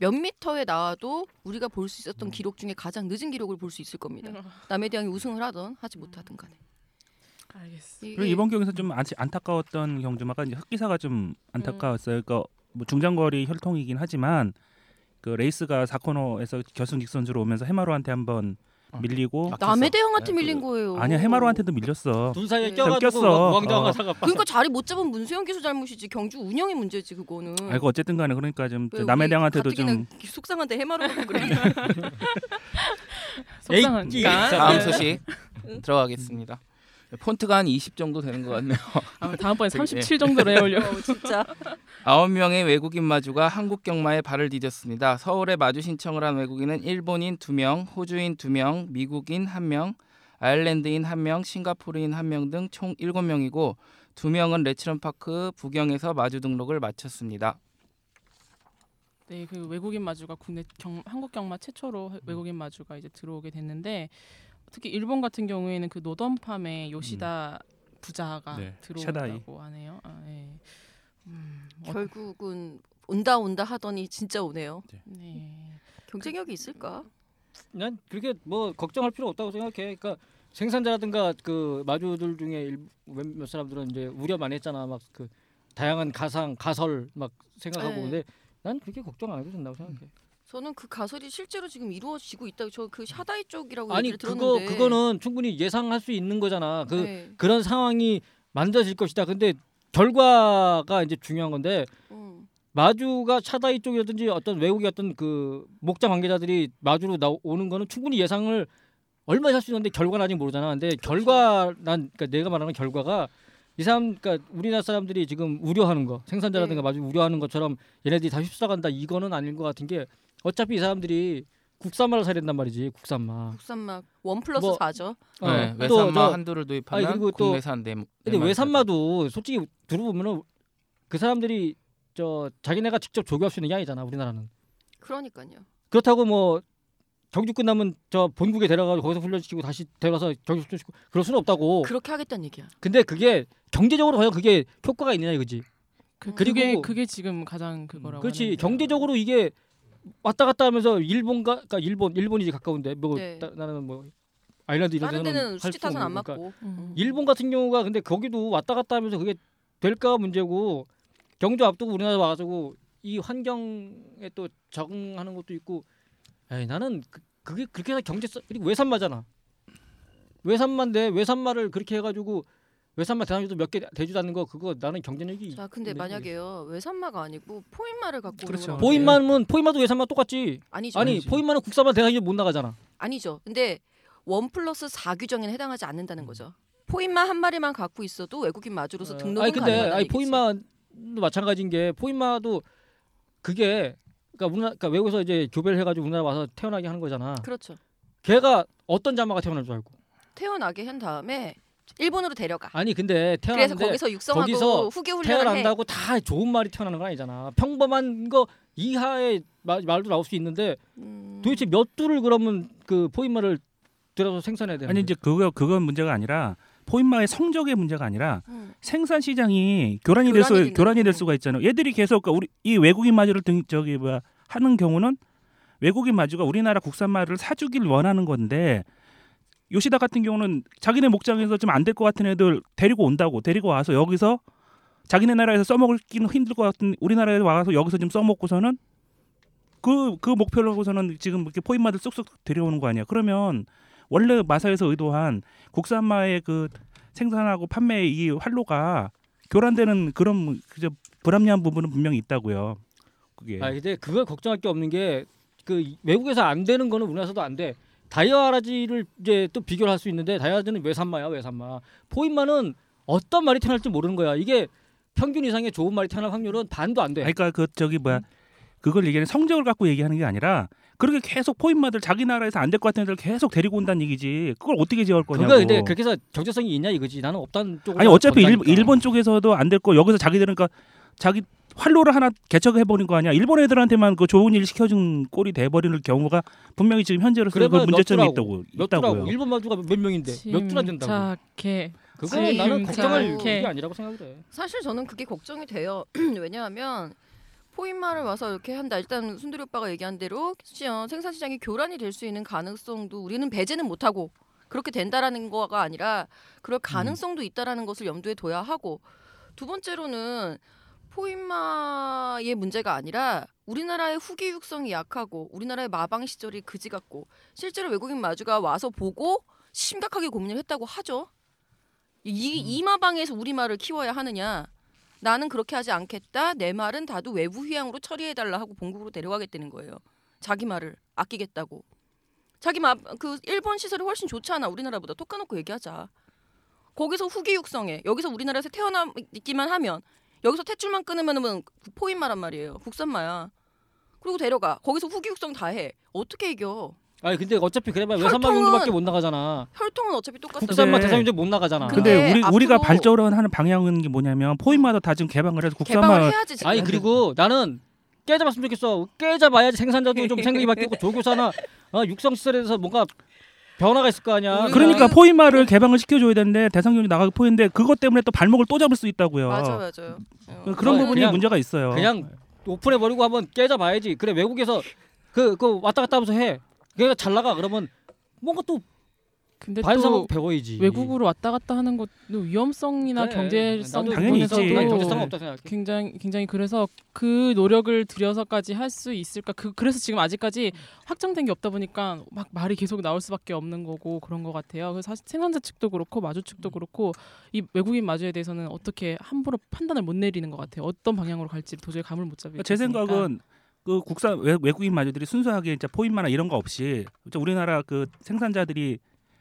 [SPEAKER 6] 몇 미터에 나와도 우리가 볼 수
[SPEAKER 4] 음.
[SPEAKER 6] 있었던 기록 중에 가장 늦은 기록을 볼 수 있을 겁니다. 남해 대항이 우승을 하던 하지 못하든 간에.
[SPEAKER 2] 알겠어.
[SPEAKER 6] 이게
[SPEAKER 4] 그리고 이번 경기에서 좀 안, 안타까웠던 경주마가 이제 흑기사가 좀 안타까웠어요. 그러니까 뭐 중장거리 혈통이긴 하지만 그 레이스가 4코너에서 결승 직선주로 오면서 해마루한테 한번
[SPEAKER 3] 어.
[SPEAKER 4] 밀리고
[SPEAKER 3] 아,
[SPEAKER 6] 남해
[SPEAKER 3] 됐어.
[SPEAKER 6] 대항한테
[SPEAKER 3] 아, 그-
[SPEAKER 6] 밀린 거예요.
[SPEAKER 4] 네, 아니야 해마루한테도 밀렸어.
[SPEAKER 5] 둘 사이에
[SPEAKER 6] 네.
[SPEAKER 5] 껴가지고
[SPEAKER 4] 꼈어.
[SPEAKER 5] 왕자가
[SPEAKER 4] 어.
[SPEAKER 5] 사가
[SPEAKER 6] 그러니까 자리 못 잡은 문세영 기수 잘못이지 경주 운영의 문제지 그거는.
[SPEAKER 4] 아이고 어쨌든 간에 그러니까 좀
[SPEAKER 6] 왜 우리
[SPEAKER 4] 남의 대항한테도 좀
[SPEAKER 6] 가뜩이나 속상한데 해마로 그래.
[SPEAKER 5] 에이,
[SPEAKER 2] 속상하니까.
[SPEAKER 3] 다음
[SPEAKER 2] 네.
[SPEAKER 3] 소식 들어가겠습니다. 폰트가 한 20 정도 되는 것 같네요.
[SPEAKER 2] 아, 다음번에 37 정도로 해올려.
[SPEAKER 6] 어, 진짜.
[SPEAKER 3] 아홉 명의 외국인 마주가 한국 경마에 발을 디뎠습니다. 서울에 마주 신청을 한 외국인은 일본인 2명, 호주인 2명, 미국인 1명, 아일랜드인 1명, 싱가포르인 1명 등 총 7명이고 2명은 레츠런파크 부경에서 마주 등록을 마쳤습니다.
[SPEAKER 2] 네, 그 외국인 마주가 국내 경 한국 경마 최초로
[SPEAKER 5] 음.
[SPEAKER 2] 하- 외국인 마주가 이제 들어오게 됐는데 특히 일본 같은 경우에는 그 노던팜의 요시다
[SPEAKER 5] 음.
[SPEAKER 2] 부자가
[SPEAKER 4] 네,
[SPEAKER 2] 들어온다고 하네요. 아, 예. 음, 어,
[SPEAKER 6] 결국은 온다 온다 하더니 진짜 오네요.
[SPEAKER 2] 네.
[SPEAKER 6] 경쟁력이 있을까?
[SPEAKER 5] 난 그렇게 뭐 걱정할 필요 없다고 생각해. 그러니까 생산자라든가 그 마주들 중에 일- 몇몇 사람들은 이제 우려 많이 했잖아. 막 그 다양한 가상 가설 막 생각하고
[SPEAKER 6] 네.
[SPEAKER 5] 근데 난 그렇게 걱정 안 해도 된다고 생각해.
[SPEAKER 6] 저는 그 가설이 실제로 지금 이루어지고 있다고 저 그 샤다이 쪽이라고
[SPEAKER 5] 음. 아니
[SPEAKER 6] 얘기를
[SPEAKER 5] 그거
[SPEAKER 6] 들었는데
[SPEAKER 5] 그거는 충분히 예상할 수 있는 거잖아. 그
[SPEAKER 6] 네.
[SPEAKER 5] 그런 상황이 만들어질 것이다. 근데 결과가 이제 중요한 건데
[SPEAKER 6] 음.
[SPEAKER 5] 마주가 차다이 쪽이라든지 어떤 외국의 어떤 그 목자 관계자들이 마주로 나오는 거는 충분히 예상을 얼마나 할 수 있는데 결과는 아직 모르잖아. 근데
[SPEAKER 6] 그렇죠.
[SPEAKER 5] 결과 난 그러니까 내가 말하는 결과가 이 사람 그러니까 우리나라 사람들이 지금 우려하는 거 생산자라든가
[SPEAKER 6] 네.
[SPEAKER 5] 마주 우려하는 것처럼 얘네들이 다 휩싸간다 이거는 아닌 것 같은 게 어차피 이 사람들이 국산마를 사야 된단 말이지 국산마.
[SPEAKER 6] 국산막 원 플러스
[SPEAKER 5] 뭐-
[SPEAKER 6] 사죠
[SPEAKER 5] 어,
[SPEAKER 3] 네,
[SPEAKER 5] 또
[SPEAKER 3] 외산마
[SPEAKER 5] 저-
[SPEAKER 3] 한두를 도입하면 네
[SPEAKER 6] 그렇죠.
[SPEAKER 5] 아니, 그리고 또-
[SPEAKER 3] 국내산 네
[SPEAKER 5] 근데 외산마도 솔직히 들어보면은 그 사람들이 저 자기네가 직접 조교할 수 있는 게 아니잖아 우리나라는.
[SPEAKER 6] 그러니까요.
[SPEAKER 5] 그렇다고 뭐 경주 끝나면 저 본국에 데려가서 거기서 훈련시키고 다시 데려가서 경주 시키고 그럴 수는 없다고.
[SPEAKER 6] 그렇게 하겠다는 얘기야.
[SPEAKER 5] 근데 그게 경제적으로 과연 그게 효과가 있느냐 이거지.
[SPEAKER 2] 그,
[SPEAKER 5] 그리고-
[SPEAKER 2] 그게
[SPEAKER 5] 음.
[SPEAKER 2] 그게 지금 가장 그거라고.
[SPEAKER 5] 그렇지
[SPEAKER 2] 하는데.
[SPEAKER 5] 경제적으로 이게 왔다 갔다 하면서 일본과 그러니까 일본 일본이지 가까운데 뭐
[SPEAKER 6] 네.
[SPEAKER 5] 나, 나는 뭐 아일랜드 이런
[SPEAKER 6] 다른 데는
[SPEAKER 5] 데는
[SPEAKER 6] 수지 타선 안 맞고.
[SPEAKER 2] 음.
[SPEAKER 5] 일본 같은 경우가 근데 거기도 왔다 갔다 하면서 그게 될까 문제고 경주 앞두고 우리나라 와가지고 이 환경에 또 적응하는 것도 있고 에이, 나는 그, 그게 그렇게 해서 경제 써- 그리고 외산마잖아 외산마인데 외산마를 그렇게 해가지고 외산마 대상주도 몇 개 되지도 않는 거 그거 나는 경쟁력이
[SPEAKER 6] 자, 근데
[SPEAKER 5] 네,
[SPEAKER 6] 만약에요 외산마가 아니고 포인마를 갖고 오는
[SPEAKER 3] 그렇죠.
[SPEAKER 6] 건 어때요?
[SPEAKER 5] 포인마는 포인마도 외산마 똑같이
[SPEAKER 6] 아니죠.
[SPEAKER 5] 아니
[SPEAKER 3] 아니지.
[SPEAKER 5] 포인마는 국산마 대상주 못 나가잖아
[SPEAKER 6] 아니죠. 근데 원 플러스 4 규정에는 해당하지 않는다는 거죠. 포인마 한 마리만 갖고 있어도 외국인 마주로서
[SPEAKER 5] 음. 어,
[SPEAKER 6] 등록은
[SPEAKER 5] 아니 근데
[SPEAKER 6] 가능하다는
[SPEAKER 5] 아니
[SPEAKER 6] 얘기지.
[SPEAKER 5] 포인마도 마찬가지인 게 포인마도 그게 그러니까 우리나라 그러니까 외국에서 이제 교배를 해가지고 우리나라 와서 태어나게 하는 거잖아.
[SPEAKER 6] 그렇죠.
[SPEAKER 5] 걔가 어떤 자마가 태어난 줄 알고?
[SPEAKER 6] 태어나게 한 다음에 일본으로 데려가.
[SPEAKER 5] 아니 근데
[SPEAKER 6] 그래서
[SPEAKER 5] 태어났는데
[SPEAKER 6] 거기서 육성하고
[SPEAKER 5] 거기서
[SPEAKER 6] 후기 훈련을 해.
[SPEAKER 5] 태어난다고 다 좋은 말이 태어나는 건 아니잖아. 평범한 거 이하의 마- 말도 나올 수 있는데
[SPEAKER 6] 음,
[SPEAKER 5] 도대체 몇 두를 그러면 그 포인마를 들어서 생산해야
[SPEAKER 6] 네.
[SPEAKER 5] 되는
[SPEAKER 4] 아니 이제 그거 그건 문제가 아니라 포인마의 성적의 문제가 아니라
[SPEAKER 6] 음.
[SPEAKER 4] 생산 시장이 교란이 될
[SPEAKER 6] 교란이
[SPEAKER 4] 수, 교란이
[SPEAKER 6] 된다는
[SPEAKER 4] 될 수가 있잖아요. 얘들이 계속 그러니까 우리 이 외국인 마주를 등 저기 뭐 하는 경우는 외국인 마주가 우리나라 국산 마를 사주길 원하는 건데 요시다 같은 경우는 자기네 목장에서 좀 안 될 것 같은 애들 데리고 온다고 데리고 와서 여기서 자기네 나라에서 써먹기는 힘들 것 같은 우리나라에 와서 여기서 좀 써먹고서는 그 그 목표로 하고서는 지금 이렇게 포인마들 쏙쏙 데려오는 거 아니야? 그러면 원래 마사에서 의도한 국산마의 그 생산하고 판매의 이 활로가 교란되는 그런 그저 불합리한 부분은 분명히 있다고요. 그게
[SPEAKER 5] 아 근데 그걸 걱정할 게 없는 게 그 외국에서 안 되는 거는 우리나라에서도 안 돼. 다이아라지를 이제 또 비교를 할 수 있는데 다이아라지는 외산마야 외산마. 포인마는 어떤 말이 태어날지 모르는 거야. 이게 평균 이상의 좋은 말이 태어날 확률은 반도 안 돼.
[SPEAKER 4] 아니, 그러니까 그 저기
[SPEAKER 5] 음.
[SPEAKER 4] 뭐야 그걸 얘기하는 성적을 갖고 얘기하는 게 아니라 그렇게 계속 포인마들 자기 나라에서 안 될 것 같은 애들 계속 데리고 온다는 얘기지. 그걸 어떻게 제어할 거냐고.
[SPEAKER 5] 그러니까 근데 그렇게 해서 경제성이 있냐 이거지. 나는 없다는 쪽으로.
[SPEAKER 4] 아니 어차피 일,
[SPEAKER 5] 건다니까.
[SPEAKER 4] 일본 쪽에서도 안 될 거 여기서 자기들은 그러니까 자기 활로를 하나 개척해 버린 거 아니야. 일본 애들한테만 그 좋은 일 시켜준 꼴이 돼 버리는 경우가 분명히 지금 현재로서 그
[SPEAKER 5] 그래봐야
[SPEAKER 4] 문제점이
[SPEAKER 5] 몇
[SPEAKER 4] 있다고
[SPEAKER 5] 몇
[SPEAKER 4] 있다고요.
[SPEAKER 5] 주라고 일본 마주가 몇 명인데 네, 몇 주나 된다고.
[SPEAKER 2] 침착해.
[SPEAKER 5] 그건 나는
[SPEAKER 2] 진짜
[SPEAKER 5] 걱정할
[SPEAKER 6] 이렇게.
[SPEAKER 5] 게 아니라고 생각을 해.
[SPEAKER 6] 사실 저는 그게 걱정이 돼요. 왜냐하면 포인마를 와서 이렇게 한다. 일단 순두리 오빠가 얘기한 대로 시- 어, 생산 시장이 교란이 될 수 있는 가능성도 우리는 배제는 못하고 그렇게 된다라는 거가 아니라 그럴 가능성도 있다라는 것을 염두에 둬야 하고 두 번째로는 포인마의 문제가 아니라 우리나라의 후기 육성이 약하고 우리나라의 마방 시절이 그지 같고 실제로 외국인 마주가 와서 보고 심각하게 고민을 했다고 하죠. 이 이마방에서 우리 말을 키워야 하느냐? 나는 그렇게 하지 않겠다. 내 말은 다도 외부 휴양으로 처리해 달라 하고 본국으로 데려가겠다는 거예요. 자기 말을 아끼겠다고. 자기 말그 일본 시설이 훨씬 좋잖아. 우리나라보다 톡까놓고 얘기하자. 거기서 후기 육성해. 여기서 우리나라에서 태어나기만 하면 여기서 탯줄만 끊으면은 그 포인마란 말이에요. 국산마야. 그리고 데려가. 거기서 후기 육성 다 해. 어떻게 이겨?
[SPEAKER 5] 아니 근데 어차피 그래봐야
[SPEAKER 6] 혈통은-
[SPEAKER 5] 외산마 경주밖에 못 나가잖아.
[SPEAKER 6] 혈통은 어차피 똑같아.
[SPEAKER 5] 국산마
[SPEAKER 4] 근데-
[SPEAKER 5] 대상인데 못 나가잖아.
[SPEAKER 6] 근데
[SPEAKER 4] 근데 우리 우리가
[SPEAKER 6] 앞으로-
[SPEAKER 4] 발전하는 방향은 게 뭐냐면 포인마다 다 지금 개방을 해서
[SPEAKER 6] 개방을
[SPEAKER 4] 국산마
[SPEAKER 6] 해야지. 지금.
[SPEAKER 5] 아니
[SPEAKER 2] 네.
[SPEAKER 5] 그리고 나는 깨져봤으면 좋겠어. 깨져봐야지 생산자도 좀 생각이 바뀌고 조교사나 어, 육성 시설에 대해서 뭔가 변화가 있을 거 아니야.
[SPEAKER 6] 우리가-
[SPEAKER 4] 그러니까
[SPEAKER 6] 그-
[SPEAKER 4] 포인마를 개방을 시켜줘야 되는데 대상경이 나가고 포인데 그것 때문에 또 발목을 또 잡을 수 있다고요.
[SPEAKER 6] 맞아 맞아요. 어.
[SPEAKER 4] 그런
[SPEAKER 5] 어,
[SPEAKER 4] 부분이
[SPEAKER 5] 그냥-
[SPEAKER 4] 문제가 있어요.
[SPEAKER 5] 그냥 오픈해 버리고 한번 깨져봐야지. 그래 외국에서 그 그 왔다 갔다 하면서 해. 걔가 잘 나가 그러면 뭔가 또
[SPEAKER 2] 근데
[SPEAKER 5] 반성
[SPEAKER 2] 또
[SPEAKER 5] 배워야지.
[SPEAKER 2] 외국으로 왔다 갔다 하는 것도 위험성이나
[SPEAKER 5] 그래.
[SPEAKER 2] 경제성
[SPEAKER 5] 나도
[SPEAKER 4] 당연히
[SPEAKER 2] 부분에서도 그
[SPEAKER 4] 있지.
[SPEAKER 5] 난 경제성 없다 생각해.
[SPEAKER 2] 굉장히 굉장히 그래서 그 노력을 들여서까지 할 수 있을까 그 그래서 지금 아직까지
[SPEAKER 4] 음.
[SPEAKER 2] 확정된 게 없다 보니까 막 말이 계속 나올 수밖에 없는 거고 그런 것 같아요. 그래서 사실 생산자 측도 그렇고 마주
[SPEAKER 4] 음.
[SPEAKER 2] 측도 그렇고 이 외국인 마주에 대해서는 어떻게 함부로 판단을 못 내리는 것 같아요. 어떤 방향으로 갈지 도저히 감을 못 잡으니까.
[SPEAKER 4] 제 생각은 그 국산 외, 외국인 마주들이 순수하게 진짜 포인마나 이런 거 없이 진짜 우리나라 그 생산자들이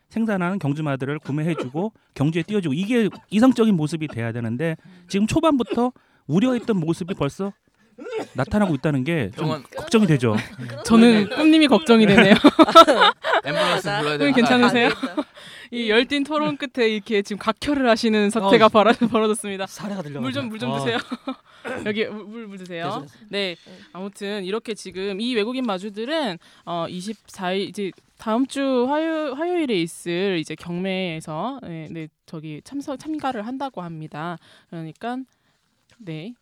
[SPEAKER 4] 생산하는 경주마들을 구매해주고 경주에 띄워주고 이게 이상적인 모습이 돼야 되는데 지금 초반부터 우려했던 모습이 벌써 나타나고 있다는 게좀
[SPEAKER 3] 병원
[SPEAKER 4] 걱정이 되죠.
[SPEAKER 2] 저는 꿈님이 그러니까 걱정이 되네요.
[SPEAKER 3] 앰뷸런스 불러야
[SPEAKER 6] 아,
[SPEAKER 2] 네,
[SPEAKER 3] 되나?
[SPEAKER 2] 괜찮으세요? 이 열띤 토론 끝에 이렇게 지금 각혈을 하시는
[SPEAKER 4] 아.
[SPEAKER 2] 사태가 벌어, 벌어졌습니다.
[SPEAKER 5] 그 사례가 아, 들려.
[SPEAKER 2] 물 좀 물 좀 드세요. 여기 물물 물 드세요. 네. 아무튼 이렇게 지금 이 외국인 마주들은 어 24일 이제 다음 주 화요 화요일에 있을 이제 경매에서 네, 네 저기 참석 참가를 한다고 합니다. 그러니까 네.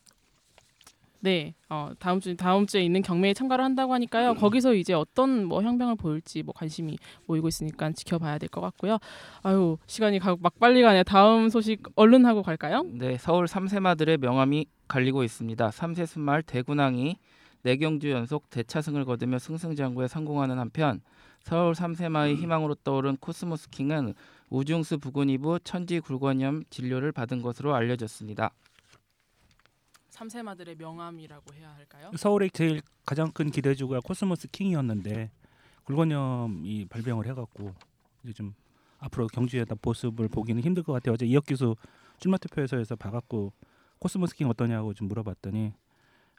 [SPEAKER 2] 네, 어, 다음 주 다음 주에 있는 경매에 참가를 한다고 하니까요. 거기서 이제 어떤 뭐 형병을 보일지 뭐 관심이 모이고 있으니까 지켜봐야 될 것 같고요. 아유 시간이 가, 막 빨리 가네. 다음 소식 얼른 하고
[SPEAKER 6] 아,
[SPEAKER 2] 갈까요?
[SPEAKER 3] 네, 서울 삼세마들의 명함이 갈리고 있습니다. 삼세순말 대군항이 내경주 연속 대차승을 거두며 승승장구에 성공하는 한편 서울 삼세마의 희망으로 떠오른 코스모스킹은 우중수 부군이부 천지굴관염 진료를 받은 것으로 알려졌습니다.
[SPEAKER 2] 삼세마들의 명함이라고 해야 할까요?
[SPEAKER 4] 어? 서울의 제일 가장 큰 기대주가 코스모스 킹이었는데 굴건염이 발병을 해갖고 이제 좀 앞으로 경주에다 모습을 보기는 힘들 것 같아요. 어제 이혁 기수 출마 투표에서 해서 봐갖고 코스모스 킹 어떠냐고 좀 물어봤더니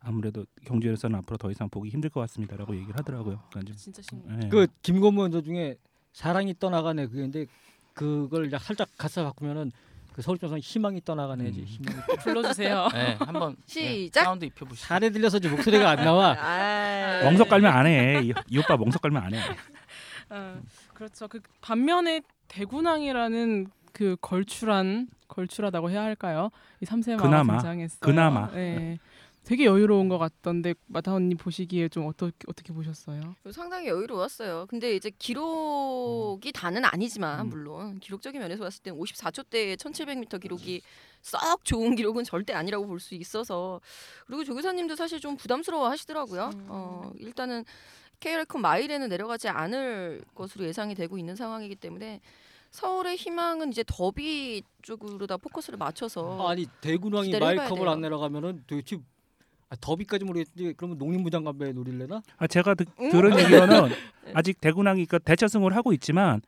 [SPEAKER 4] 아무래도 경주에서는 앞으로 더 이상 보기 힘들 것 같습니다라고 얘기를 하더라고요. 그러니까 좀,
[SPEAKER 2] 진짜 신기해.
[SPEAKER 4] 예.
[SPEAKER 5] 그 김건모 원조 중에 사랑이 떠나가네 그게인데 그걸 약- 살짝 가사 바꾸면은 그 서울 정상 희망이 떠나가네지.
[SPEAKER 4] 음.
[SPEAKER 5] 희망이.
[SPEAKER 2] 불러주세요.
[SPEAKER 3] 네, 한번 네,
[SPEAKER 6] 시작.
[SPEAKER 3] 사운드 입혀보시죠.
[SPEAKER 5] 사례 들려서 지금 목소리가 안 나와.
[SPEAKER 6] 아,
[SPEAKER 4] 멍석 깔면 안 해. 이, 이 오빠 멍석 깔면 안 해.
[SPEAKER 2] 어, 그렇죠. 그 반면에 대군항이라는 그 걸출한 걸출하다고 해야 할까요? 이 삼세 마을
[SPEAKER 4] 그나마,
[SPEAKER 2] 등장했어요.
[SPEAKER 4] 그나마.
[SPEAKER 2] 네. 되게 여유로운 것 같던데 마타 언니 보시기에 좀 어떻게 어떻게 보셨어요?
[SPEAKER 6] 상당히 여유로웠어요. 근데 이제 기록이 다는 아니지만
[SPEAKER 4] 음.
[SPEAKER 6] 물론 기록적인 면에서 봤을 때는 54초 대의 1700m 기록이 썩 좋은 기록은 절대 아니라고 볼 수 있어서 그리고 조 교사님도 사실 좀 부담스러워 하시더라고요.
[SPEAKER 2] 음.
[SPEAKER 6] 어, 일단은 K레콘 마일에는 내려가지 않을 것으로 예상이 되고 있는 상황이기 때문에 서울의 희망은 이제 더비 쪽으로다 포커스를 맞춰서
[SPEAKER 5] 어, 아니 대군왕이
[SPEAKER 6] 어. 기대를 해봐야
[SPEAKER 5] 마이컵을
[SPEAKER 6] 돼요.
[SPEAKER 5] 안 내려가면은 도대체 아, 더비까지 모르겠는데 그러면 농림부 장관배 노릴래나?
[SPEAKER 4] 아 제가 듣,
[SPEAKER 6] 응?
[SPEAKER 4] 들은 얘기로는
[SPEAKER 6] 네.
[SPEAKER 4] 아직 대군항이 그 대차승을 하고 있지만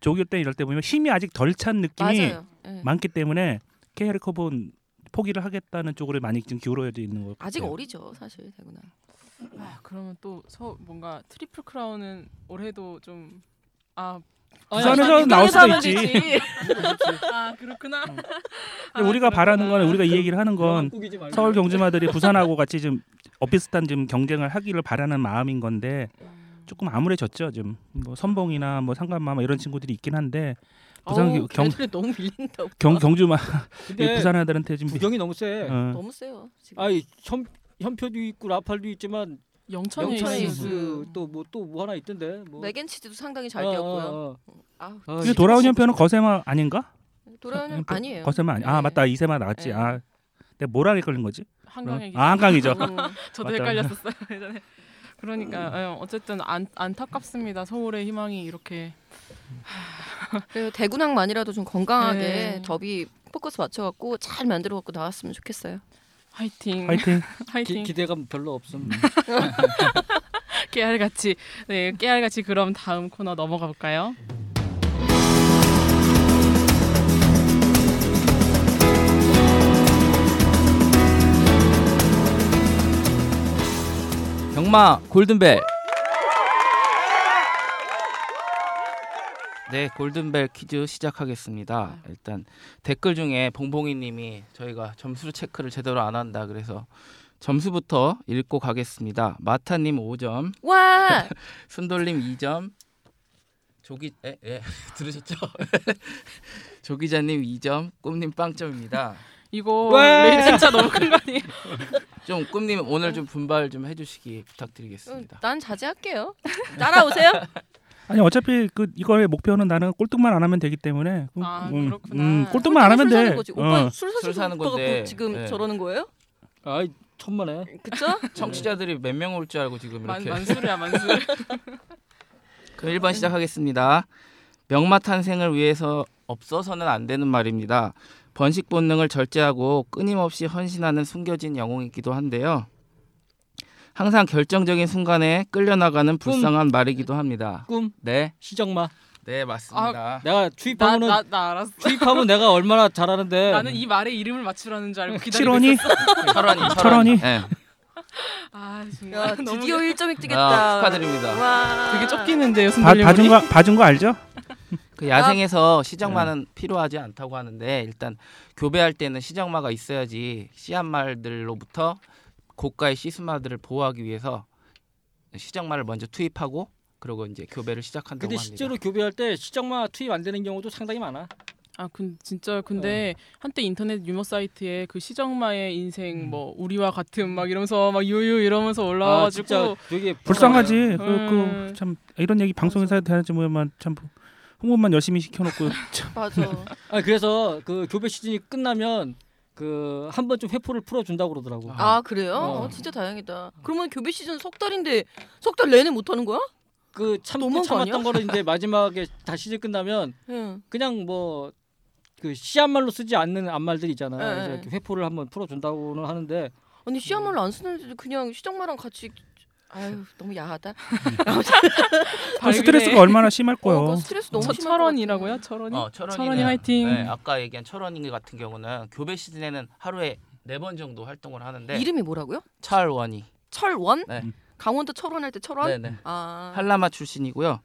[SPEAKER 4] 조교 때 이럴 때 보면 힘이 아직 덜 찬 느낌이
[SPEAKER 6] 맞아요. 예.
[SPEAKER 4] 많기 때문에 KR 커본 포기를 하겠다는 쪽으로 많이 지금 기울어져 있는 것 같아요.
[SPEAKER 6] 아직 어리죠 사실 대구나.
[SPEAKER 2] 아, 그러면 또 서, 뭔가 트리플 크라운은 올해도 좀 아,
[SPEAKER 4] 부산에서
[SPEAKER 2] 아,
[SPEAKER 4] 나올 수도
[SPEAKER 2] 하면
[SPEAKER 4] 있지.
[SPEAKER 2] 되지. 아, 그렇구나.
[SPEAKER 4] 응.
[SPEAKER 2] 아,
[SPEAKER 4] 근데 우리가 바라는
[SPEAKER 2] 그렇구나.
[SPEAKER 4] 건 우리가 이 얘기를 하는 건
[SPEAKER 5] 꾸기지 말고.
[SPEAKER 4] 서울 경주마들이 부산하고 같이 좀 어비슷한 좀 경쟁을 하기를 바라는 마음인 건데 조금 암울해졌죠. 좀뭐 선봉이나 뭐 상관마 뭐 이런 친구들이 있긴 한데 부산
[SPEAKER 6] 어우, 그 네.
[SPEAKER 4] 경-
[SPEAKER 6] 걔네들 너무 밀린다. 오빠.
[SPEAKER 4] 경 경주마
[SPEAKER 5] 근데
[SPEAKER 4] 부산 아들한테 좀
[SPEAKER 5] 부경이 네. 너무 세.
[SPEAKER 4] 어.
[SPEAKER 6] 너무 세요. 지금.
[SPEAKER 5] 아이 현 현표도 있고 라팔도 있지만
[SPEAKER 2] 영천에
[SPEAKER 5] 영천에
[SPEAKER 6] 에이스.
[SPEAKER 2] 있는
[SPEAKER 5] 있고 또뭐 또 뭐 하나 있던데. 뭐.
[SPEAKER 6] 맥앤치즈도 상당히 네 잘
[SPEAKER 5] 어,
[SPEAKER 6] 뛰었고요.
[SPEAKER 5] 어, 어.
[SPEAKER 6] 아,
[SPEAKER 5] 아,
[SPEAKER 4] 근데 돌아온 형편은 거세마 아닌가?
[SPEAKER 3] 음,
[SPEAKER 6] 돌아오는 아니에요.
[SPEAKER 4] 거세마 아니. 아
[SPEAKER 6] 네.
[SPEAKER 4] 맞다 이세마 나왔지.
[SPEAKER 6] 네.
[SPEAKER 4] 아 내가 뭐라 걸린 거지?
[SPEAKER 2] 한강에 어,
[SPEAKER 4] 아 한강이죠.
[SPEAKER 6] 음.
[SPEAKER 2] 저도
[SPEAKER 4] 맞다.
[SPEAKER 2] 헷갈렸었어요 예전에. 그러니까 예, 어쨌든 안, 안타깝습니다. 서울의 희망이 이렇게
[SPEAKER 6] 그래서 대구낭만이라도 좀 건강하게
[SPEAKER 2] 네.
[SPEAKER 6] 더비 포커스 맞춰갖고 잘 만들어갖고 나왔으면 좋겠어요. 네.
[SPEAKER 2] 화이팅
[SPEAKER 4] 화이팅.
[SPEAKER 5] 기,
[SPEAKER 2] 화이팅
[SPEAKER 5] 기대감 별로 없음.
[SPEAKER 2] 깨알같이 네 깨알같이 그럼 다음 코너 넘어가 볼까요?
[SPEAKER 3] 경마 골든벨. 네, 골든벨 퀴즈 시작하겠습니다. 일단 댓글 중에 봉봉이님이 저희가 점수 체크를 제대로 안 한다 그래서 점수부터 읽고 가겠습니다. 마타님 5점,
[SPEAKER 6] 와
[SPEAKER 3] 순돌님 2점, 조기 에, 예 들으셨죠? 조기자님 2점, 꿈님 빵점입니다.
[SPEAKER 2] 이거
[SPEAKER 5] 왜?
[SPEAKER 2] 레이 진짜 너무 큰 거 아니에요?
[SPEAKER 3] 좀 꿈님 오늘 좀 분발 좀 해주시기 부탁드리겠습니다.
[SPEAKER 6] 난 자제할게요. 따라오세요.
[SPEAKER 4] 아니 어차피 그 이거의 목표는 나는 꼴등만 안 하면 되기 때문에 그-
[SPEAKER 2] 아,
[SPEAKER 4] 음,
[SPEAKER 2] 그렇구나.
[SPEAKER 4] 음, 꼴등만 안 하면
[SPEAKER 6] 술 사는
[SPEAKER 4] 돼.
[SPEAKER 6] 거지. 오빠
[SPEAKER 4] 어.
[SPEAKER 6] 술
[SPEAKER 3] 술
[SPEAKER 6] 사시고
[SPEAKER 3] 사는
[SPEAKER 6] 오빠가
[SPEAKER 3] 건데.
[SPEAKER 6] 뭐 지금
[SPEAKER 3] 네.
[SPEAKER 6] 저러는 거예요?
[SPEAKER 5] 아이 천만에.
[SPEAKER 6] 그쵸?
[SPEAKER 3] 청취자들이 몇 명 올 줄 알고 지금
[SPEAKER 2] 만,
[SPEAKER 3] 이렇게
[SPEAKER 2] 만수리야 만수리.
[SPEAKER 3] 그럼 1번 시작하겠습니다. 명마 탄생을 위해서 없어서는 안 되는 말입니다. 번식 본능을 절제하고 끊임없이 헌신하는 숨겨진 영웅이기도 한데요. 항상 결정적인 순간에 끌려나가는 불쌍한 말이기도 합니다.
[SPEAKER 5] 꿈
[SPEAKER 3] 네,
[SPEAKER 5] 시정마.
[SPEAKER 3] 네
[SPEAKER 2] 아.
[SPEAKER 3] 맞습니다.
[SPEAKER 5] 내가
[SPEAKER 2] 나,
[SPEAKER 5] 주입하면은 네.
[SPEAKER 2] 나, 나 알았어.
[SPEAKER 5] 주입하면 내가 얼마나 잘하는데.
[SPEAKER 2] 나는 이 말의 이름을 맞추라는 줄 알고 기다리고
[SPEAKER 4] 칠원이
[SPEAKER 2] 있었어.
[SPEAKER 3] 철원이,
[SPEAKER 4] 철원이.
[SPEAKER 3] 네.
[SPEAKER 2] 아 정말
[SPEAKER 6] 야,
[SPEAKER 2] 너무
[SPEAKER 6] 드디어 1점 획득했다.
[SPEAKER 3] 아, 축하드립니다.
[SPEAKER 6] 와.
[SPEAKER 2] 되게 쫓기는데요
[SPEAKER 4] 봐-
[SPEAKER 2] 순돌님.
[SPEAKER 4] 봐준 거 봐준 거 알죠?
[SPEAKER 3] 그 야생에서 시장마는 필요하지 않다고 하는데 일단 교배할 때는 시장마가 있어야지 씨앗말들로부터 고가의 씨앗말들을 보호하기 위해서 시장마를 먼저 투입하고 그리고 이제 교배를 시작한다고
[SPEAKER 5] 근데
[SPEAKER 3] 합니다.
[SPEAKER 5] 실제로 교배할 때 시장마 투입 안 되는 경우도 상당히 많아.
[SPEAKER 2] 아, 근 진짜 근데 한때 인터넷 유머 사이트에 그 시정마의 인생 뭐 우리와 같은 막 이러면서 막 유유 이러면서
[SPEAKER 5] 아,
[SPEAKER 2] 올라와가지고
[SPEAKER 5] 진짜 되게
[SPEAKER 4] 불쌍하지.
[SPEAKER 2] 음.
[SPEAKER 4] 그 참 이런 얘기 방송에서 해야 되는지 모르지만 참 홍보만 열심히 시켜놓고 참
[SPEAKER 6] 맞아.
[SPEAKER 5] 아 그래서 그 교배 시즌이 끝나면 그 한 번쯤 회포를 풀어준다고 그러더라고.
[SPEAKER 3] 아.
[SPEAKER 6] 아 그래요?
[SPEAKER 5] 어.
[SPEAKER 6] 어, 진짜 다행이다. 그러면 교배 시즌 석 달인데 석 달 내내 못 하는 거야?
[SPEAKER 5] 그 참,
[SPEAKER 6] 너무한 거
[SPEAKER 5] 참았던 거를 이제 마지막에 다 시즌 끝나면
[SPEAKER 6] 응.
[SPEAKER 5] 그냥 뭐 그 시한말로 쓰지 않는 암말들 있잖아.
[SPEAKER 6] 예,
[SPEAKER 5] 그래서
[SPEAKER 6] 예.
[SPEAKER 5] 이렇게 회포를 한번 풀어준다고는 하는데
[SPEAKER 6] 아니 시야말로 안 쓰는데도 그냥 시장마랑 같이 아유 너무 야하다.
[SPEAKER 4] 그 스트레스가 얼마나 심할
[SPEAKER 6] 어,
[SPEAKER 4] 거요.
[SPEAKER 6] 그거 스트레스 너무
[SPEAKER 2] 저
[SPEAKER 6] 심할 것
[SPEAKER 2] 철원이라고요?
[SPEAKER 6] 같아.
[SPEAKER 2] 철원이?
[SPEAKER 3] 어, 철원이는,
[SPEAKER 2] 철원이 화이팅.
[SPEAKER 3] 네, 아까 얘기한 철원이 같은 경우는 교배 시즌에는 하루에 네 번 정도 활동을 하는데
[SPEAKER 6] 이름이 뭐라고요?
[SPEAKER 3] 철원이
[SPEAKER 6] 철원?
[SPEAKER 3] 네.
[SPEAKER 6] 강원도 철원 할 때 철원?
[SPEAKER 3] 네네.
[SPEAKER 6] 아
[SPEAKER 3] 한라마 출신이고요.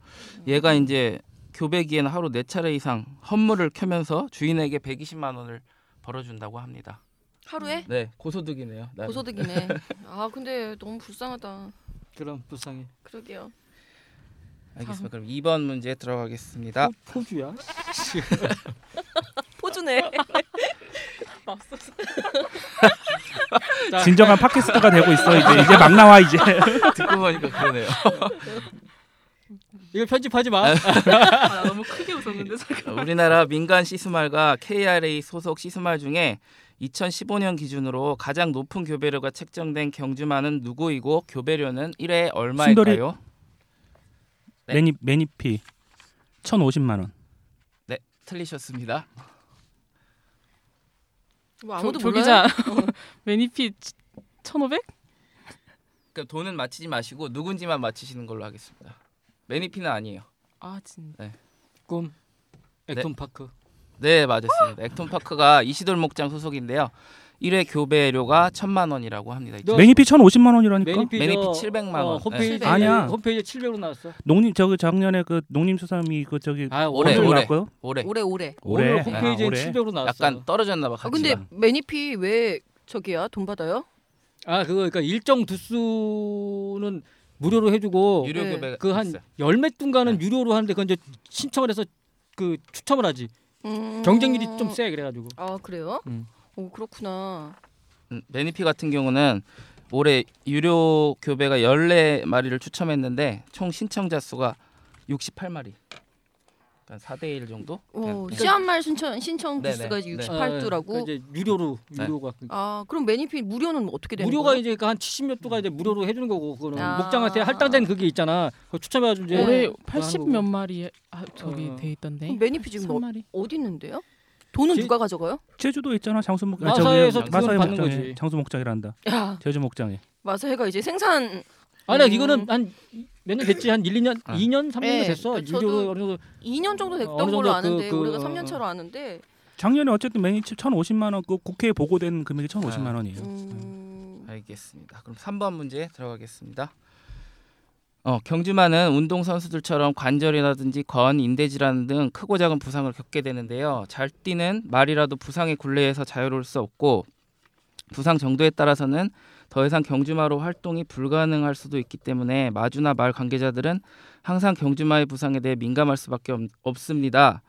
[SPEAKER 3] 얘가 이제 교배기에는 하루 네 차례 이상 헌물을 켜면서 주인에게 120만 원을 벌어준다고 합니다.
[SPEAKER 6] 하루에
[SPEAKER 3] 네, 고소득이네요. 나름.
[SPEAKER 6] 고소득이네. 아 근데 너무 불쌍하다.
[SPEAKER 5] 그럼 불쌍해.
[SPEAKER 6] 그러게요.
[SPEAKER 3] 알겠습니다. 그럼 2번 문제 들어가겠습니다.
[SPEAKER 5] 포, 포주야?
[SPEAKER 6] 포주네.
[SPEAKER 4] 진정한 팟캐스트가 되고 있어 이제 이제 막 나와 이제.
[SPEAKER 3] 듣고 보니까 그러네요.
[SPEAKER 5] 이거 편집하지 마.
[SPEAKER 2] 아, 나 너무 크게 웃었는데
[SPEAKER 3] 우리나라 민간 시스말과 KRA 소속 시스말 중에 2015년 기준으로 가장 높은 교배료가 책정된 경주마는 누구이고 교배료는 1회에
[SPEAKER 4] 순돌이.
[SPEAKER 3] 얼마일까요? 네.
[SPEAKER 4] 매니 매니피 1,050만 원.
[SPEAKER 3] 틀리셨습니다.
[SPEAKER 6] 뭐 아무도
[SPEAKER 2] 조, 조
[SPEAKER 6] 몰라요. 어.
[SPEAKER 2] 기자 매니피 1,500?
[SPEAKER 3] 그러니까 돈은 맞히지 마시고 누군지만 맞히시는 걸로 하겠습니다. 매니피는 아니에요.
[SPEAKER 2] 아 진짜
[SPEAKER 5] 꿈. 액톤파크.
[SPEAKER 3] 네 맞았습니다. 액톤파크가 이시돌 목장 소속인데요. 1회 교배료가 천만 원이라고 합니다.
[SPEAKER 5] 너-
[SPEAKER 4] 매니피 1,050만 원이라니까.
[SPEAKER 5] 매니피,
[SPEAKER 3] 네. 매니피
[SPEAKER 5] 저,
[SPEAKER 3] 700만 원.
[SPEAKER 5] 어, 홈페이지
[SPEAKER 6] 네.
[SPEAKER 4] 아니야.
[SPEAKER 5] 홈페이지에 700으로 나왔어.
[SPEAKER 4] 농림 저기 작년에 그 농림 수산이 그 저기
[SPEAKER 5] 아
[SPEAKER 3] 올해,
[SPEAKER 4] 오늘
[SPEAKER 3] 올해.
[SPEAKER 4] 나왔고요.
[SPEAKER 3] 올해
[SPEAKER 6] 오래 오래.
[SPEAKER 5] 오늘
[SPEAKER 4] 올해.
[SPEAKER 5] 홈페이지에
[SPEAKER 4] 아, 올해.
[SPEAKER 5] 700으로 나왔어.
[SPEAKER 3] 약간 떨어졌나 봐.
[SPEAKER 6] 아 근데
[SPEAKER 3] 가치가.
[SPEAKER 6] 매니피 왜 저기야 돈 받아요?
[SPEAKER 5] 아 그거 그러니까 일정 두수는 무료로 해주고
[SPEAKER 3] 유료
[SPEAKER 6] 네.
[SPEAKER 3] 교배가
[SPEAKER 5] 그 한
[SPEAKER 3] 있어요. 네.
[SPEAKER 5] 열몇 분간은 유료로 하는데 그건 이제 신청을 해서 그 추첨을 하지
[SPEAKER 6] 음.
[SPEAKER 5] 경쟁률이 좀 세 그래가지고
[SPEAKER 6] 아 그래요?
[SPEAKER 5] 음.
[SPEAKER 6] 오 그렇구나.
[SPEAKER 3] 음, 매니피 같은 경우는 올해 유료 교배가 14마리를 추첨했는데 총 신청자 수가 68마리. 그러니까 4대 1 정도?
[SPEAKER 6] 오,
[SPEAKER 3] 네.
[SPEAKER 6] 시한말 신청 신청
[SPEAKER 3] 네네.
[SPEAKER 6] 부수가
[SPEAKER 3] 네.
[SPEAKER 5] 아,
[SPEAKER 6] 68두라고.
[SPEAKER 5] 그러니까 이제 유료로
[SPEAKER 3] 네.
[SPEAKER 5] 유료가
[SPEAKER 6] 아 그럼 매니피 무료는 어떻게 되는
[SPEAKER 5] 무료가
[SPEAKER 6] 거예요?
[SPEAKER 5] 이제 그러니까 한 70몇
[SPEAKER 3] 음.
[SPEAKER 5] 두가 이제 무료로 해주는 거고 그거는
[SPEAKER 6] 아.
[SPEAKER 5] 목장한테 할당된 그게 있잖아 그거 추첨해가지고 이제
[SPEAKER 2] 올해
[SPEAKER 6] 네.
[SPEAKER 2] 80 몇 마리 아, 저기
[SPEAKER 5] 어.
[SPEAKER 2] 돼 있던데
[SPEAKER 6] 그럼 매니피 지금 어,
[SPEAKER 2] 3마리
[SPEAKER 6] 어디 있는데요? 돈은
[SPEAKER 5] 제-
[SPEAKER 6] 누가 가져가요?
[SPEAKER 4] 제주도 있잖아 장수 목장.
[SPEAKER 5] 마사에서
[SPEAKER 4] 저기,
[SPEAKER 3] 그건
[SPEAKER 4] 마사에
[SPEAKER 5] 받는
[SPEAKER 4] 목장에
[SPEAKER 5] 거지.
[SPEAKER 4] 장수 목장이란다.
[SPEAKER 6] 야
[SPEAKER 4] 제주 목장에.
[SPEAKER 6] 마사회가 이제 생산
[SPEAKER 5] 아니
[SPEAKER 6] 음.
[SPEAKER 5] 이거는 한 몇 년 됐지 한 1, 2년
[SPEAKER 3] 아.
[SPEAKER 5] 2년 3년
[SPEAKER 6] 네,
[SPEAKER 5] 됐어
[SPEAKER 6] 그 저도
[SPEAKER 5] 유료로 어느 정도
[SPEAKER 6] 2년 정도 됐던
[SPEAKER 5] 어느 정도
[SPEAKER 6] 걸로
[SPEAKER 5] 그-
[SPEAKER 6] 아는데
[SPEAKER 5] 그-
[SPEAKER 6] 우리가
[SPEAKER 5] 어,
[SPEAKER 6] 3년
[SPEAKER 5] 어.
[SPEAKER 6] 차로 아는데
[SPEAKER 4] 작년에 어쨌든 매니피 1,050만 원그 국회에 보고된 금액이 1,050만 원이에요.
[SPEAKER 6] 음,
[SPEAKER 3] 알겠습니다. 그럼 3번 문제 들어가겠습니다. 어, 경주마는 운동 선수들처럼 관절이라든지 건, 인대 질환 등 크고 작은 부상을 겪게 되는데요. 잘 뛰는 말이라도 부상의 굴레에서 자유로울 수 없고 부상 정도에 따라서는 더 이상 경주마로 활동이 불가능할 수도 있기 때문에 마주나 말 관계자들은 항상 경주마의 부상에 대해 민감할 수밖에 없, 없습니다.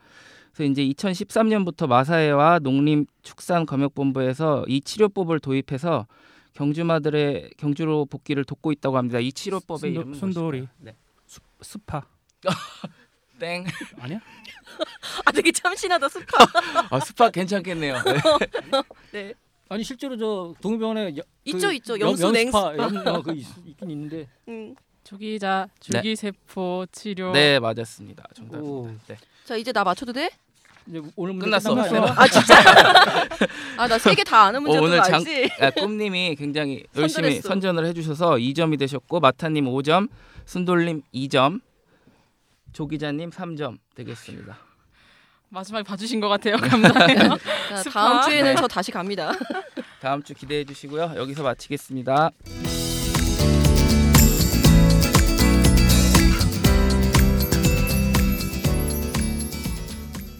[SPEAKER 3] 그래서 이제 2013년부터 마사회와 농림축산검역본부에서 이 치료법을 도입해서 경주마들의 경주로 복귀를 돕고 있다고 합니다. 이 치료법의
[SPEAKER 4] 순도-
[SPEAKER 3] 이름은
[SPEAKER 4] 순돌이.
[SPEAKER 3] 무엇일까요? 네.
[SPEAKER 4] 수- 스파
[SPEAKER 3] 땡.
[SPEAKER 4] 아니야?
[SPEAKER 6] 아 되게 참신하다 스파.
[SPEAKER 3] 아 스파 괜찮겠네요. 네.
[SPEAKER 6] 네
[SPEAKER 5] 아니 실제로 저 동의병원에 여-
[SPEAKER 6] 있죠
[SPEAKER 5] 그
[SPEAKER 6] 있죠
[SPEAKER 5] 연-
[SPEAKER 6] 영수 냉수.
[SPEAKER 5] 연스파 연- 어, 그 있- 있긴 있는데
[SPEAKER 6] 음.
[SPEAKER 2] 조기자 줄기세포 치료
[SPEAKER 3] 네 맞았습니다. 정답입니다.
[SPEAKER 5] 오.
[SPEAKER 3] 네.
[SPEAKER 6] 자 이제 나 맞춰도 돼?
[SPEAKER 5] 이제 오늘 문제
[SPEAKER 3] 끝났어.
[SPEAKER 5] 끝난 거 아니야?
[SPEAKER 6] 아 진짜? 아 나 세 개 다 아는
[SPEAKER 3] 어,
[SPEAKER 6] 문제였던
[SPEAKER 3] 오늘
[SPEAKER 6] 거
[SPEAKER 3] 장-
[SPEAKER 6] 알지?
[SPEAKER 3] 아, 꿈님이 굉장히 열심히
[SPEAKER 6] 선전했어.
[SPEAKER 3] 선전을 해주셔서 2점이 되셨고 마타님 5점, 순돌님 2점, 조 기자님 3점 되겠습니다.
[SPEAKER 2] 마지막에 봐주신 것 같아요 감사해요
[SPEAKER 6] 자,
[SPEAKER 2] 스파.
[SPEAKER 6] 다음
[SPEAKER 3] 네.
[SPEAKER 6] 주에는 저 다시 갑니다.
[SPEAKER 3] 다음 주 기대해 주시고요. 여기서 마치겠습니다.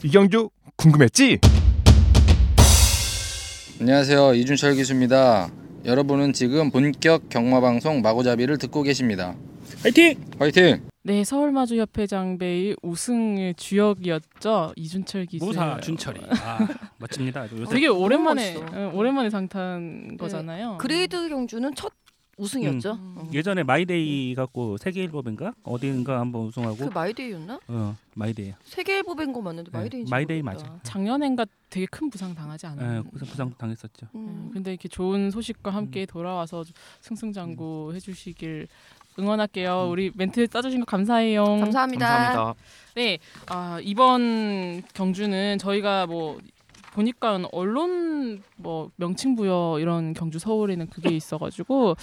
[SPEAKER 1] 이경주 궁금했지?
[SPEAKER 7] 안녕하세요. 이준철 기수입니다. 여러분은 지금 본격 경마 방송 마고잡이를 듣고 계십니다.
[SPEAKER 4] 파이팅!
[SPEAKER 7] 화이팅!
[SPEAKER 2] 네, 서울마주협회장배의 우승의 주역이었죠 이준철 기수.
[SPEAKER 4] 무사 준철이. 아, 멋집니다. 요새
[SPEAKER 2] 되게 오랜만에
[SPEAKER 6] 멋있어. 네.
[SPEAKER 2] 응, 오랜만에 상탄
[SPEAKER 3] 어.
[SPEAKER 2] 거잖아요. 음.
[SPEAKER 6] 그레이드 경주는 첫 우승이었죠.
[SPEAKER 5] 음.
[SPEAKER 6] 어.
[SPEAKER 4] 예전에 마이데이 갖고 세계 일곱인가 어디인가 한번
[SPEAKER 6] 그
[SPEAKER 4] 우승하고
[SPEAKER 6] 마이데이였나?
[SPEAKER 4] 어 마이데이
[SPEAKER 6] 세계 일보벤 거 맞는데
[SPEAKER 4] 네,
[SPEAKER 6] 마이데이인지
[SPEAKER 4] 마이데이
[SPEAKER 6] 모르겠다.
[SPEAKER 2] 작년엔가 되게 큰 부상 당하지
[SPEAKER 4] 예,
[SPEAKER 2] 않았나요?
[SPEAKER 4] 부상, 부상 당했었죠
[SPEAKER 2] 음,
[SPEAKER 5] 네,
[SPEAKER 6] 음.
[SPEAKER 2] 근데 이렇게 좋은 소식과 함께 돌아와서 승승장구 해주시길 응원할게요. 우리 멘트 짜주신 거 감사해요.
[SPEAKER 6] 감사합니다.
[SPEAKER 3] 감사합니다.
[SPEAKER 2] 네, 아, 이번 경주는 저희가 뭐 보니까 언론 뭐 명칭 부여 이런 경주 서울에는 그게 있어가지고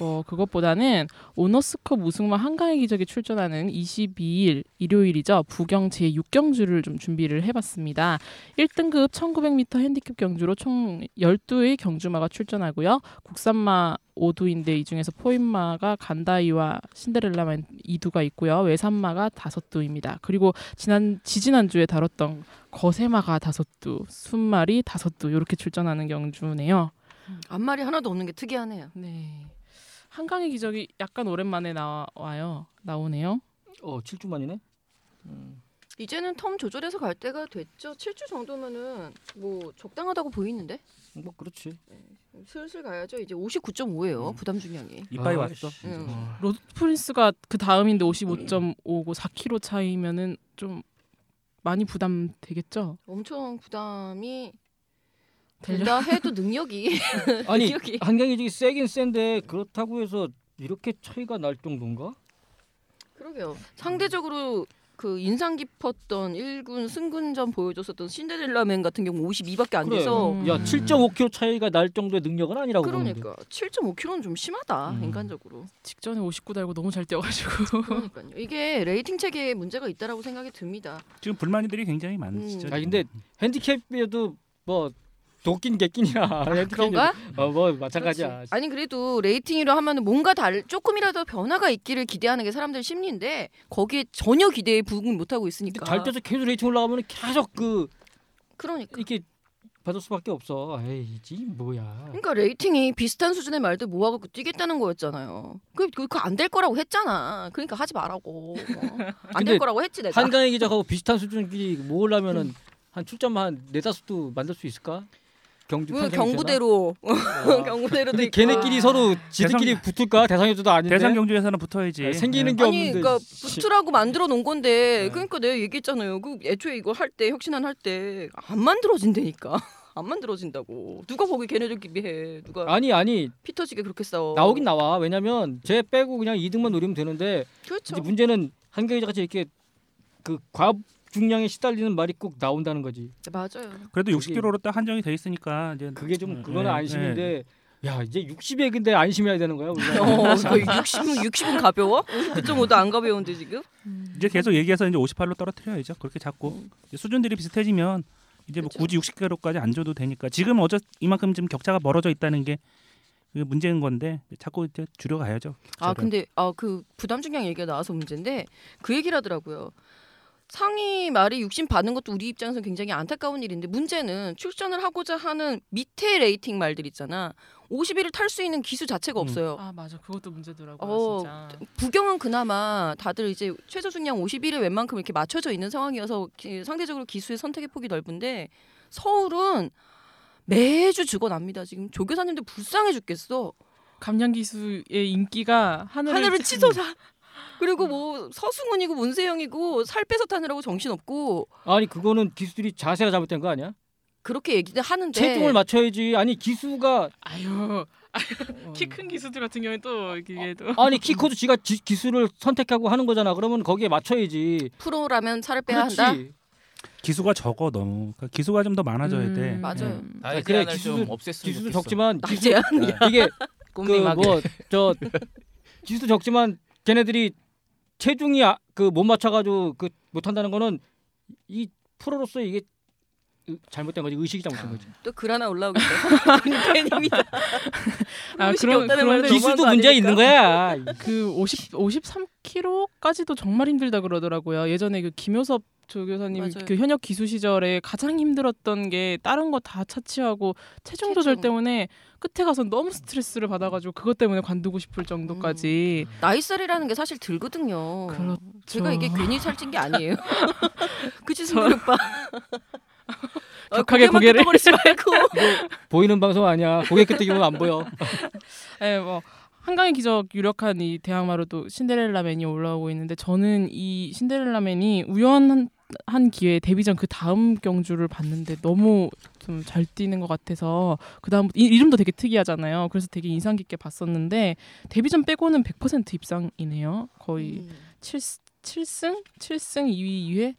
[SPEAKER 2] 뭐 그것보다는 오너스컵 우승만 한강의 기적이 출전하는 22일 일요일이죠 부경 제 6경주를 좀 준비를 해봤습니다. 1등급 1900m 핸디캡 경주로 총 12의 경주마가 출전하고요. 국산마 5두인데 이 중에서 포인마가 간다이와 신데렐라만 2두가 있고요. 외산마가 5두입니다. 그리고 지난 지지난주에 다뤘던 거세마가 5두, 순말이 5두 이렇게 출전하는 경주네요.
[SPEAKER 6] 앞말이 하나도 없는 게 특이하네요.
[SPEAKER 2] 네. 한강의 기적이 약간 오랜만에 나와요. 나오네요.
[SPEAKER 5] 어, 7주 만이네.
[SPEAKER 6] 이제는 텀 조절해서 갈 때가 됐죠. 7주 정도면은 뭐 적당하다고 보이는데
[SPEAKER 5] 뭐 그렇지.
[SPEAKER 6] 슬슬 가야죠. 이제 59.5예요. 부담 중량이.
[SPEAKER 4] 이빨이
[SPEAKER 5] 아,
[SPEAKER 4] 왔어
[SPEAKER 5] 씨.
[SPEAKER 6] 음.
[SPEAKER 2] 로드 프린스가 그 다음인데 55.5고 4kg 차이면은 좀 많이 부담되겠죠?
[SPEAKER 6] 엄청 부담이 된다 해도 능력이
[SPEAKER 5] 아니
[SPEAKER 6] 여기.
[SPEAKER 5] 한강이 지금 세긴 센데 그렇다고 해서 이렇게 차이가 날 정도인가?
[SPEAKER 6] 그러게요.
[SPEAKER 5] 음.
[SPEAKER 6] 상대적으로 그 인상 깊었던 1군 승군전 보여줬었던 신데렐라맨 같은 경우 52밖에 안
[SPEAKER 5] 그래.
[SPEAKER 6] 돼서
[SPEAKER 2] 음.
[SPEAKER 5] 야 7.5kg 차이가 날 정도의 능력은 아니라고 그러는데.
[SPEAKER 6] 그러니까 7.5kg는 좀 심하다
[SPEAKER 5] 음.
[SPEAKER 6] 인간적으로.
[SPEAKER 2] 직전에 59 달고 너무 잘 뛰어가지고
[SPEAKER 6] 그러니까요. 이게 레이팅 체계에 문제가 있다라고 생각이 듭니다.
[SPEAKER 4] 지금 불만이들이 굉장히 많으시죠
[SPEAKER 6] 음.
[SPEAKER 5] 아 근데 핸디캡에도 뭐 도끼는 개끼냐
[SPEAKER 6] 아,
[SPEAKER 5] 그러니까
[SPEAKER 6] 그런가?
[SPEAKER 5] 어뭐 마찬가지야.
[SPEAKER 6] 아니 그래도 레이팅이라 하면은 뭔가 달 조금이라도 변화가 있기를 기대하는 게 사람들 심리인데 거기에 전혀 기대에 부응을 못 하고 있으니까.
[SPEAKER 5] 잘 돼서 계속 레이팅 올라가면 계속 그
[SPEAKER 6] 그러니까.
[SPEAKER 5] 이렇게 받을 수밖에 없어. 에이 이 뭐야.
[SPEAKER 6] 그러니까 레이팅이 비슷한 수준의 말들 모아서 뛰겠다는 거였잖아요. 그그안 될 거라고 했잖아. 그러니까 하지 말라고. 어. 안
[SPEAKER 5] 근데
[SPEAKER 6] 될 거라고 했지 내가.
[SPEAKER 5] 한강의 기적하고 비슷한 수준끼리 모으려면은
[SPEAKER 6] 음.
[SPEAKER 5] 한 출전만 한 네다섯도 만들 수 있을까? 경주
[SPEAKER 6] 뭐
[SPEAKER 5] 평균
[SPEAKER 6] 경구대로 어.
[SPEAKER 5] 되나? 와.
[SPEAKER 6] 경구대로도
[SPEAKER 5] 아. 근데
[SPEAKER 6] 있고.
[SPEAKER 5] 걔네끼리 서로 지들끼리 붙을까? 대상에서도 아닌데
[SPEAKER 4] 그러니까. 대상 경주에서는 붙어야지
[SPEAKER 5] 아니, 생기는 게
[SPEAKER 6] 아니
[SPEAKER 5] 없는데.
[SPEAKER 6] 그러니까
[SPEAKER 5] 씨.
[SPEAKER 6] 부트라고 만들어 놓은 건데
[SPEAKER 5] 네.
[SPEAKER 6] 그러니까 내가 얘기했잖아요. 그 애초에 이거 할 때 혁신안 할 때 안 만들어진다니까. 안 만들어진다고. 누가 거기 걔네들끼리 해. 누가
[SPEAKER 5] 아니 아니
[SPEAKER 6] 피터지게 그렇게 싸워.
[SPEAKER 5] 나오긴 나와. 왜냐면 쟤 빼고 그냥 2등만 노리면 되는데 뭐
[SPEAKER 6] 그렇죠.
[SPEAKER 5] 이제 문제는 한강의 기적 같이 이렇게 그 과중량에 시달리는 말이 꼭 나온다는 거지.
[SPEAKER 6] 네, 맞아요.
[SPEAKER 4] 예. 그래도
[SPEAKER 5] 그게-
[SPEAKER 4] 60kg로 딱 한정이 돼 있으니까 이제
[SPEAKER 5] 그게 좀
[SPEAKER 4] 음,
[SPEAKER 5] 그거는
[SPEAKER 4] 네,
[SPEAKER 5] 안심인데 야 이제 60에 근데 안심해야 되는 거야 우리가.
[SPEAKER 6] 어, 거의 60은 60은 가벼워? 59.5도 안 가벼운데 지금?
[SPEAKER 4] 이제 계속 얘기해서 이제 58로 떨어뜨려야죠 그렇게 잡고 이제 수준들이 비슷해지면 이제 뭐
[SPEAKER 6] 그렇죠.
[SPEAKER 4] 굳이 60kg까지 안 줘도 되니까 지금 어제 이만큼 지금 격차가 멀어져 있다는 게 그게 문제인 건데 자꾸 이제 줄여가야죠
[SPEAKER 6] 아
[SPEAKER 4] 격차를.
[SPEAKER 6] 근데 아 그 부담 중량 얘기가 나와서 문제인데 그 얘기를 하더라고요. 상위 말이 육심 받는 것도 우리 입장에서 굉장히 안타까운 일인데 문제는 출전을 하고자 하는 밑에 레이팅 말들 있잖아. 50위를 탈 수 있는 기수 자체가
[SPEAKER 4] 음.
[SPEAKER 6] 없어요.
[SPEAKER 2] 아 맞아 그것도 문제더라고요
[SPEAKER 6] 어,
[SPEAKER 2] 진짜
[SPEAKER 6] 부경은 그나마 다들 이제 최저 중량 51에 웬만큼 이렇게 맞춰져 있는 상황이어서 기- 상대적으로 기수의 선택의 폭이 넓은데 서울은 매주 죽어납니다. 지금 조교사님들 불쌍해 죽겠어.
[SPEAKER 2] 감량 기수의 인기가 하늘을,
[SPEAKER 6] 하늘을 치솟아. 그리고 뭐 서승훈이고 문세영이고 살 빼서 타느라고 정신 없고
[SPEAKER 5] 아니 그거는 기수들이 자세가 잘못된 거
[SPEAKER 6] 네.
[SPEAKER 5] 아니야?
[SPEAKER 6] 그렇게 얘기는 하는데
[SPEAKER 5] 체중을 맞춰야지. 아니 기수가
[SPEAKER 2] 아유,
[SPEAKER 6] 어.
[SPEAKER 2] 아유 키 큰 기수들 같은 경우에 또 이게 또
[SPEAKER 5] 아니 키 커도 지가 지, 기수를 선택하고 하는 거잖아. 그러면 거기에 맞춰야지.
[SPEAKER 6] 프로라면 살을 빼야
[SPEAKER 5] 그렇지.
[SPEAKER 6] 한다.
[SPEAKER 4] 기수가 적어 너무 그러니까 기수가 좀 더 많아져야
[SPEAKER 2] 음,
[SPEAKER 4] 돼
[SPEAKER 6] 맞아요.
[SPEAKER 2] 네.
[SPEAKER 5] 아,
[SPEAKER 3] 나의
[SPEAKER 5] 그래,
[SPEAKER 3] 제한을 좀
[SPEAKER 5] 기술도-
[SPEAKER 3] 없앴으면
[SPEAKER 5] 기수도
[SPEAKER 3] 좋겠어.
[SPEAKER 5] 적지만 기수,
[SPEAKER 6] 낮에야
[SPEAKER 5] 이게
[SPEAKER 3] 꿈님하게.
[SPEAKER 5] 그 뭐 저 기수도 적지만 걔네들이 체중이 아, 그못 맞춰가지고 그 못한다는 거는 이 프로로서 이게 으- 잘못된 거지 의식이 잘못된 거지.
[SPEAKER 6] 또 그라나 올라오겠다. 팬입니다.
[SPEAKER 2] 아,
[SPEAKER 6] 의식이
[SPEAKER 2] 그럼-
[SPEAKER 6] 없다는 말을
[SPEAKER 2] 그런데
[SPEAKER 6] 너무한
[SPEAKER 5] 기수도
[SPEAKER 6] 거
[SPEAKER 5] 문제가
[SPEAKER 6] 아닙니까?
[SPEAKER 5] 있는 거야.
[SPEAKER 2] 그 50, 53kg까지도 정말 힘들다 그러더라고요. 예전에 그 김효섭 조교사님
[SPEAKER 6] 맞아요.
[SPEAKER 2] 그 현역 기수 시절에 가장 힘들었던 게 다른 거 다 차치하고 체중 조절
[SPEAKER 6] 체중.
[SPEAKER 2] 때문에 끝에 가서 너무 스트레스를 받아가지고 그것 때문에 관두고 싶을 정도까지
[SPEAKER 6] 나이살이라는 게 사실 들거든요.
[SPEAKER 2] 그렇죠.
[SPEAKER 6] 음. 어. 제가 이게 괜히 살찐 게 아니에요. 그치 승근 오빠. 어,
[SPEAKER 2] 격하게 고개를-
[SPEAKER 6] 끄덕거리지 말고.
[SPEAKER 5] 보이는 방송 아니야. 고개 끄덕이면 안 보여.
[SPEAKER 2] 예, 뭐 한강의 기적 유력한 이 대항마로도 신데렐라맨이 올라오고 있는데 저는 이 신데렐라맨이 우연한 한 기회에 데뷔전 그 다음 경주를 봤는데 너무 좀 잘 뛰는 것 같아서 그 다음 이름도 되게 특이하잖아요. 그래서 되게 인상 깊게 봤었는데 데뷔전 빼고는 100% 입상이네요.
[SPEAKER 6] 음.
[SPEAKER 2] 거의 칠 7, 승 7승 2위 2회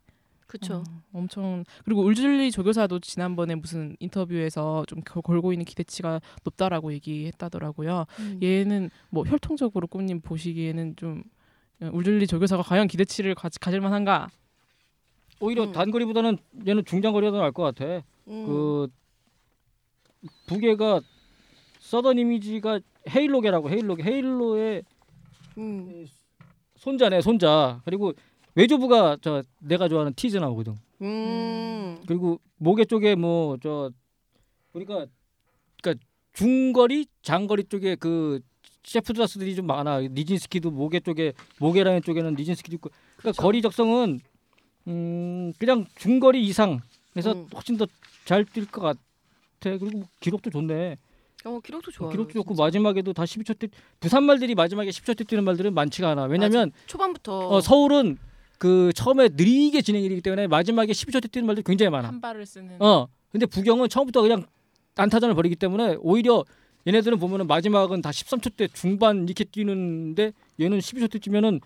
[SPEAKER 6] 그렇죠.
[SPEAKER 2] 엄청 그리고 울줄리 조교사도 지난번에 무슨 인터뷰에서 좀 거- 걸고 있는 기대치가 높다라고 얘기했다더라고요.
[SPEAKER 6] 음.
[SPEAKER 2] 얘는 뭐 혈통적으로 꿈님 보시기에는 좀 울줄리 조교사가 과연 기대치를 가, 가질 만한가?
[SPEAKER 5] 오히려
[SPEAKER 6] 음.
[SPEAKER 5] 단거리보다는 얘는 중장거리가 더 나을 것 같아. 그 부계가 서던 이미지가 헤일로계라고 헤일로계 헤일로의
[SPEAKER 6] 음.
[SPEAKER 5] 손자네 손자 그리고 외조부가 저 내가 좋아하는 티즈 나오거든.
[SPEAKER 6] 음.
[SPEAKER 5] 그리고 목에 쪽에 뭐 저 그러니까 그러니까 중거리 장거리 쪽에 그 셰프드라스들이 좀 많아 니진스키도 목에 쪽에 목에 라인 쪽에는 니진스키도 있고 그러니까 거리 적성은 음 그냥 중거리 이상 그래서
[SPEAKER 6] 음.
[SPEAKER 5] 훨씬 더 잘 뛸 것 같아 그리고 뭐 기록도 좋네
[SPEAKER 6] 어 기록도 좋아요.
[SPEAKER 5] 기록도 좋고
[SPEAKER 6] 진짜.
[SPEAKER 5] 마지막에도 다 12초 때 부산 말들이 마지막에 10초 때 뛰는 말들은 많지가 않아 왜냐면
[SPEAKER 6] 초반부터
[SPEAKER 5] 어, 서울은 그 처음에 느리게 진행이기 때문에 마지막에 12초 때 뛰는 말들이 굉장히 많아
[SPEAKER 2] 한 발을 쓰는
[SPEAKER 6] 음.
[SPEAKER 5] 어. 근데 부경은 처음부터 그냥 안타전을 벌이기 때문에 오히려 얘네들은 보면은 마지막은 다 13초 때 중반 이렇게 뛰는데 얘는 12초 때 뛰면은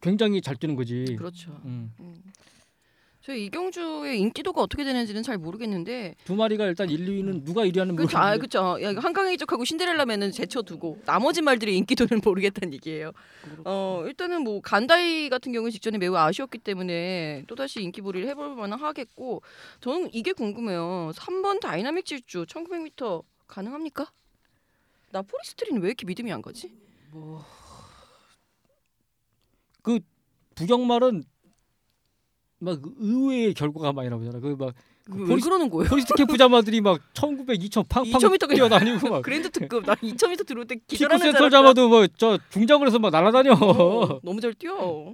[SPEAKER 5] 굉장히 잘 뛰는 거지.
[SPEAKER 6] 그렇죠.
[SPEAKER 5] 음.
[SPEAKER 6] 음. 저희 이경주의 인기도가 어떻게 되는지는 잘 모르겠는데
[SPEAKER 5] 두 마리가 일단 1, 2위는 누가 1위 하는
[SPEAKER 6] 그렇죠. 아, 그렇죠. 야, 이거 한강의 기적하고 신데렐라맨은 제쳐두고 나머지 말들의 인기도는 모르겠다는 얘기예요. 어, 일단은 뭐 간다이 같은 경우는 직전에 매우 아쉬웠기 때문에 또다시 인기몰이를 해볼 만은 하겠고 저는 이게 궁금해요. 3번 다이나믹 질주 1900m 가능합니까? 나 포리스트리는 왜 이렇게 믿음이 안 가지?
[SPEAKER 5] 부경말은 막 의외의 결과가 많이 나오잖아. 그막
[SPEAKER 6] 왜
[SPEAKER 5] 포리스-
[SPEAKER 6] 그러는 거예요?
[SPEAKER 5] 포리스트 캠프 자마들이 막 1900, 2000 팡팡
[SPEAKER 6] 2000m 가
[SPEAKER 5] 뛰어다니고 막
[SPEAKER 6] 그랜드 특급 나 2000m 들어올 때
[SPEAKER 5] 키크
[SPEAKER 6] 기절하는
[SPEAKER 5] 센터
[SPEAKER 6] 줄 알았다.
[SPEAKER 5] 잡아도 뭐 저 중장으로서 막 날아다녀.
[SPEAKER 6] 어, 너무 잘 뛰어.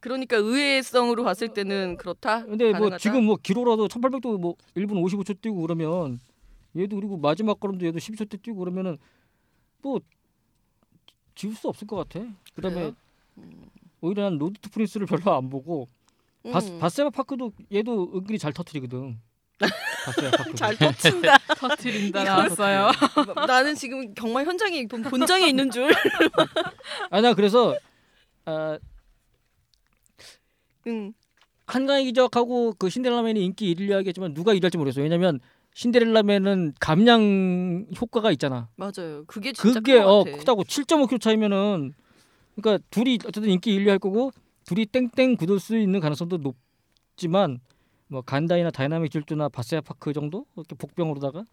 [SPEAKER 6] 그러니까 의외성으로 봤을 때는 그렇다.
[SPEAKER 5] 근데 뭐
[SPEAKER 6] 가능하다?
[SPEAKER 5] 지금 뭐 기로라도 1800도 뭐 1분 55초 뛰고 그러면 얘도 그리고 마지막 걸음도 얘도 12초 때 뛰고 그러면은 뭐 지울 수 없을 것 같아. 그다음에
[SPEAKER 6] 그래요?
[SPEAKER 5] 오히려 난 로드 투 프린스를 별로 안 보고
[SPEAKER 6] 음.
[SPEAKER 5] 바, 바세바 파크도 얘도 은근히 잘 터트리거든. 바세바 파크.
[SPEAKER 6] 잘 터친다.
[SPEAKER 2] 터트린다
[SPEAKER 6] 이거
[SPEAKER 2] 나왔어요.
[SPEAKER 6] 나는 지금 정말 현장에 본- 본장에 있는 줄.
[SPEAKER 5] 아나 그래서 아,
[SPEAKER 6] 응.
[SPEAKER 5] 한강의 기적하고 그 신데렐라맨이 인기 일위 하겠지만 누가 1위 할지 모르겠어. 왜냐면 신데렐라맨은 감량 효과가 있잖아.
[SPEAKER 6] 맞아요. 그게 진짜
[SPEAKER 5] 그게
[SPEAKER 6] 큰것
[SPEAKER 5] 어
[SPEAKER 6] 같아.
[SPEAKER 5] 크다고 7.5kg 차이면은 그러니까 둘이 어쨌든 인기 1위 할 거고 둘이 땡땡 굳을 수 있는 가능성도 높지만 뭐 간다이나 다이나믹 질주나 바세아 파크 정도 이렇게 복병으로다가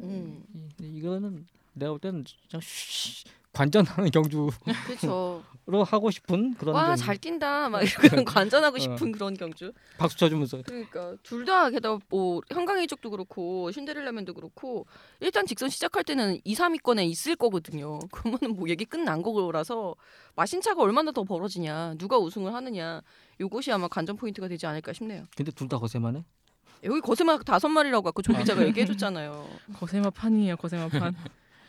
[SPEAKER 6] 음.
[SPEAKER 5] 예, 이- 이거는 내가 볼 때는 그냥 쉬- 관전하는 경주로
[SPEAKER 6] 그렇죠.
[SPEAKER 5] 하고 싶은 그런 어.
[SPEAKER 6] 와
[SPEAKER 5] 경주.
[SPEAKER 6] 잘 뛴다. 막 이런 관전하고 싶은 그런 경주.
[SPEAKER 5] 박수 쳐주면서
[SPEAKER 6] 그러니까 둘 다 게다가 뭐 한강의 쪽도 그렇고 신데렐라맨도 그렇고 일단 직선 시작할 때는 2, 3위권에 있을 거거든요. 그러면은 뭐 얘기 끝난 거라서 마신차가 얼마나 더 벌어지냐, 누가 우승을 하느냐 요것이 아마 관전 포인트가 되지 않을까 싶네요. 예,
[SPEAKER 5] 근데 둘 다 거세만해.
[SPEAKER 6] 여기 거세마 다섯 마리라고 아까 조 기자가 얘기해줬잖아요.
[SPEAKER 2] 거세마 판이에요 거세마 판.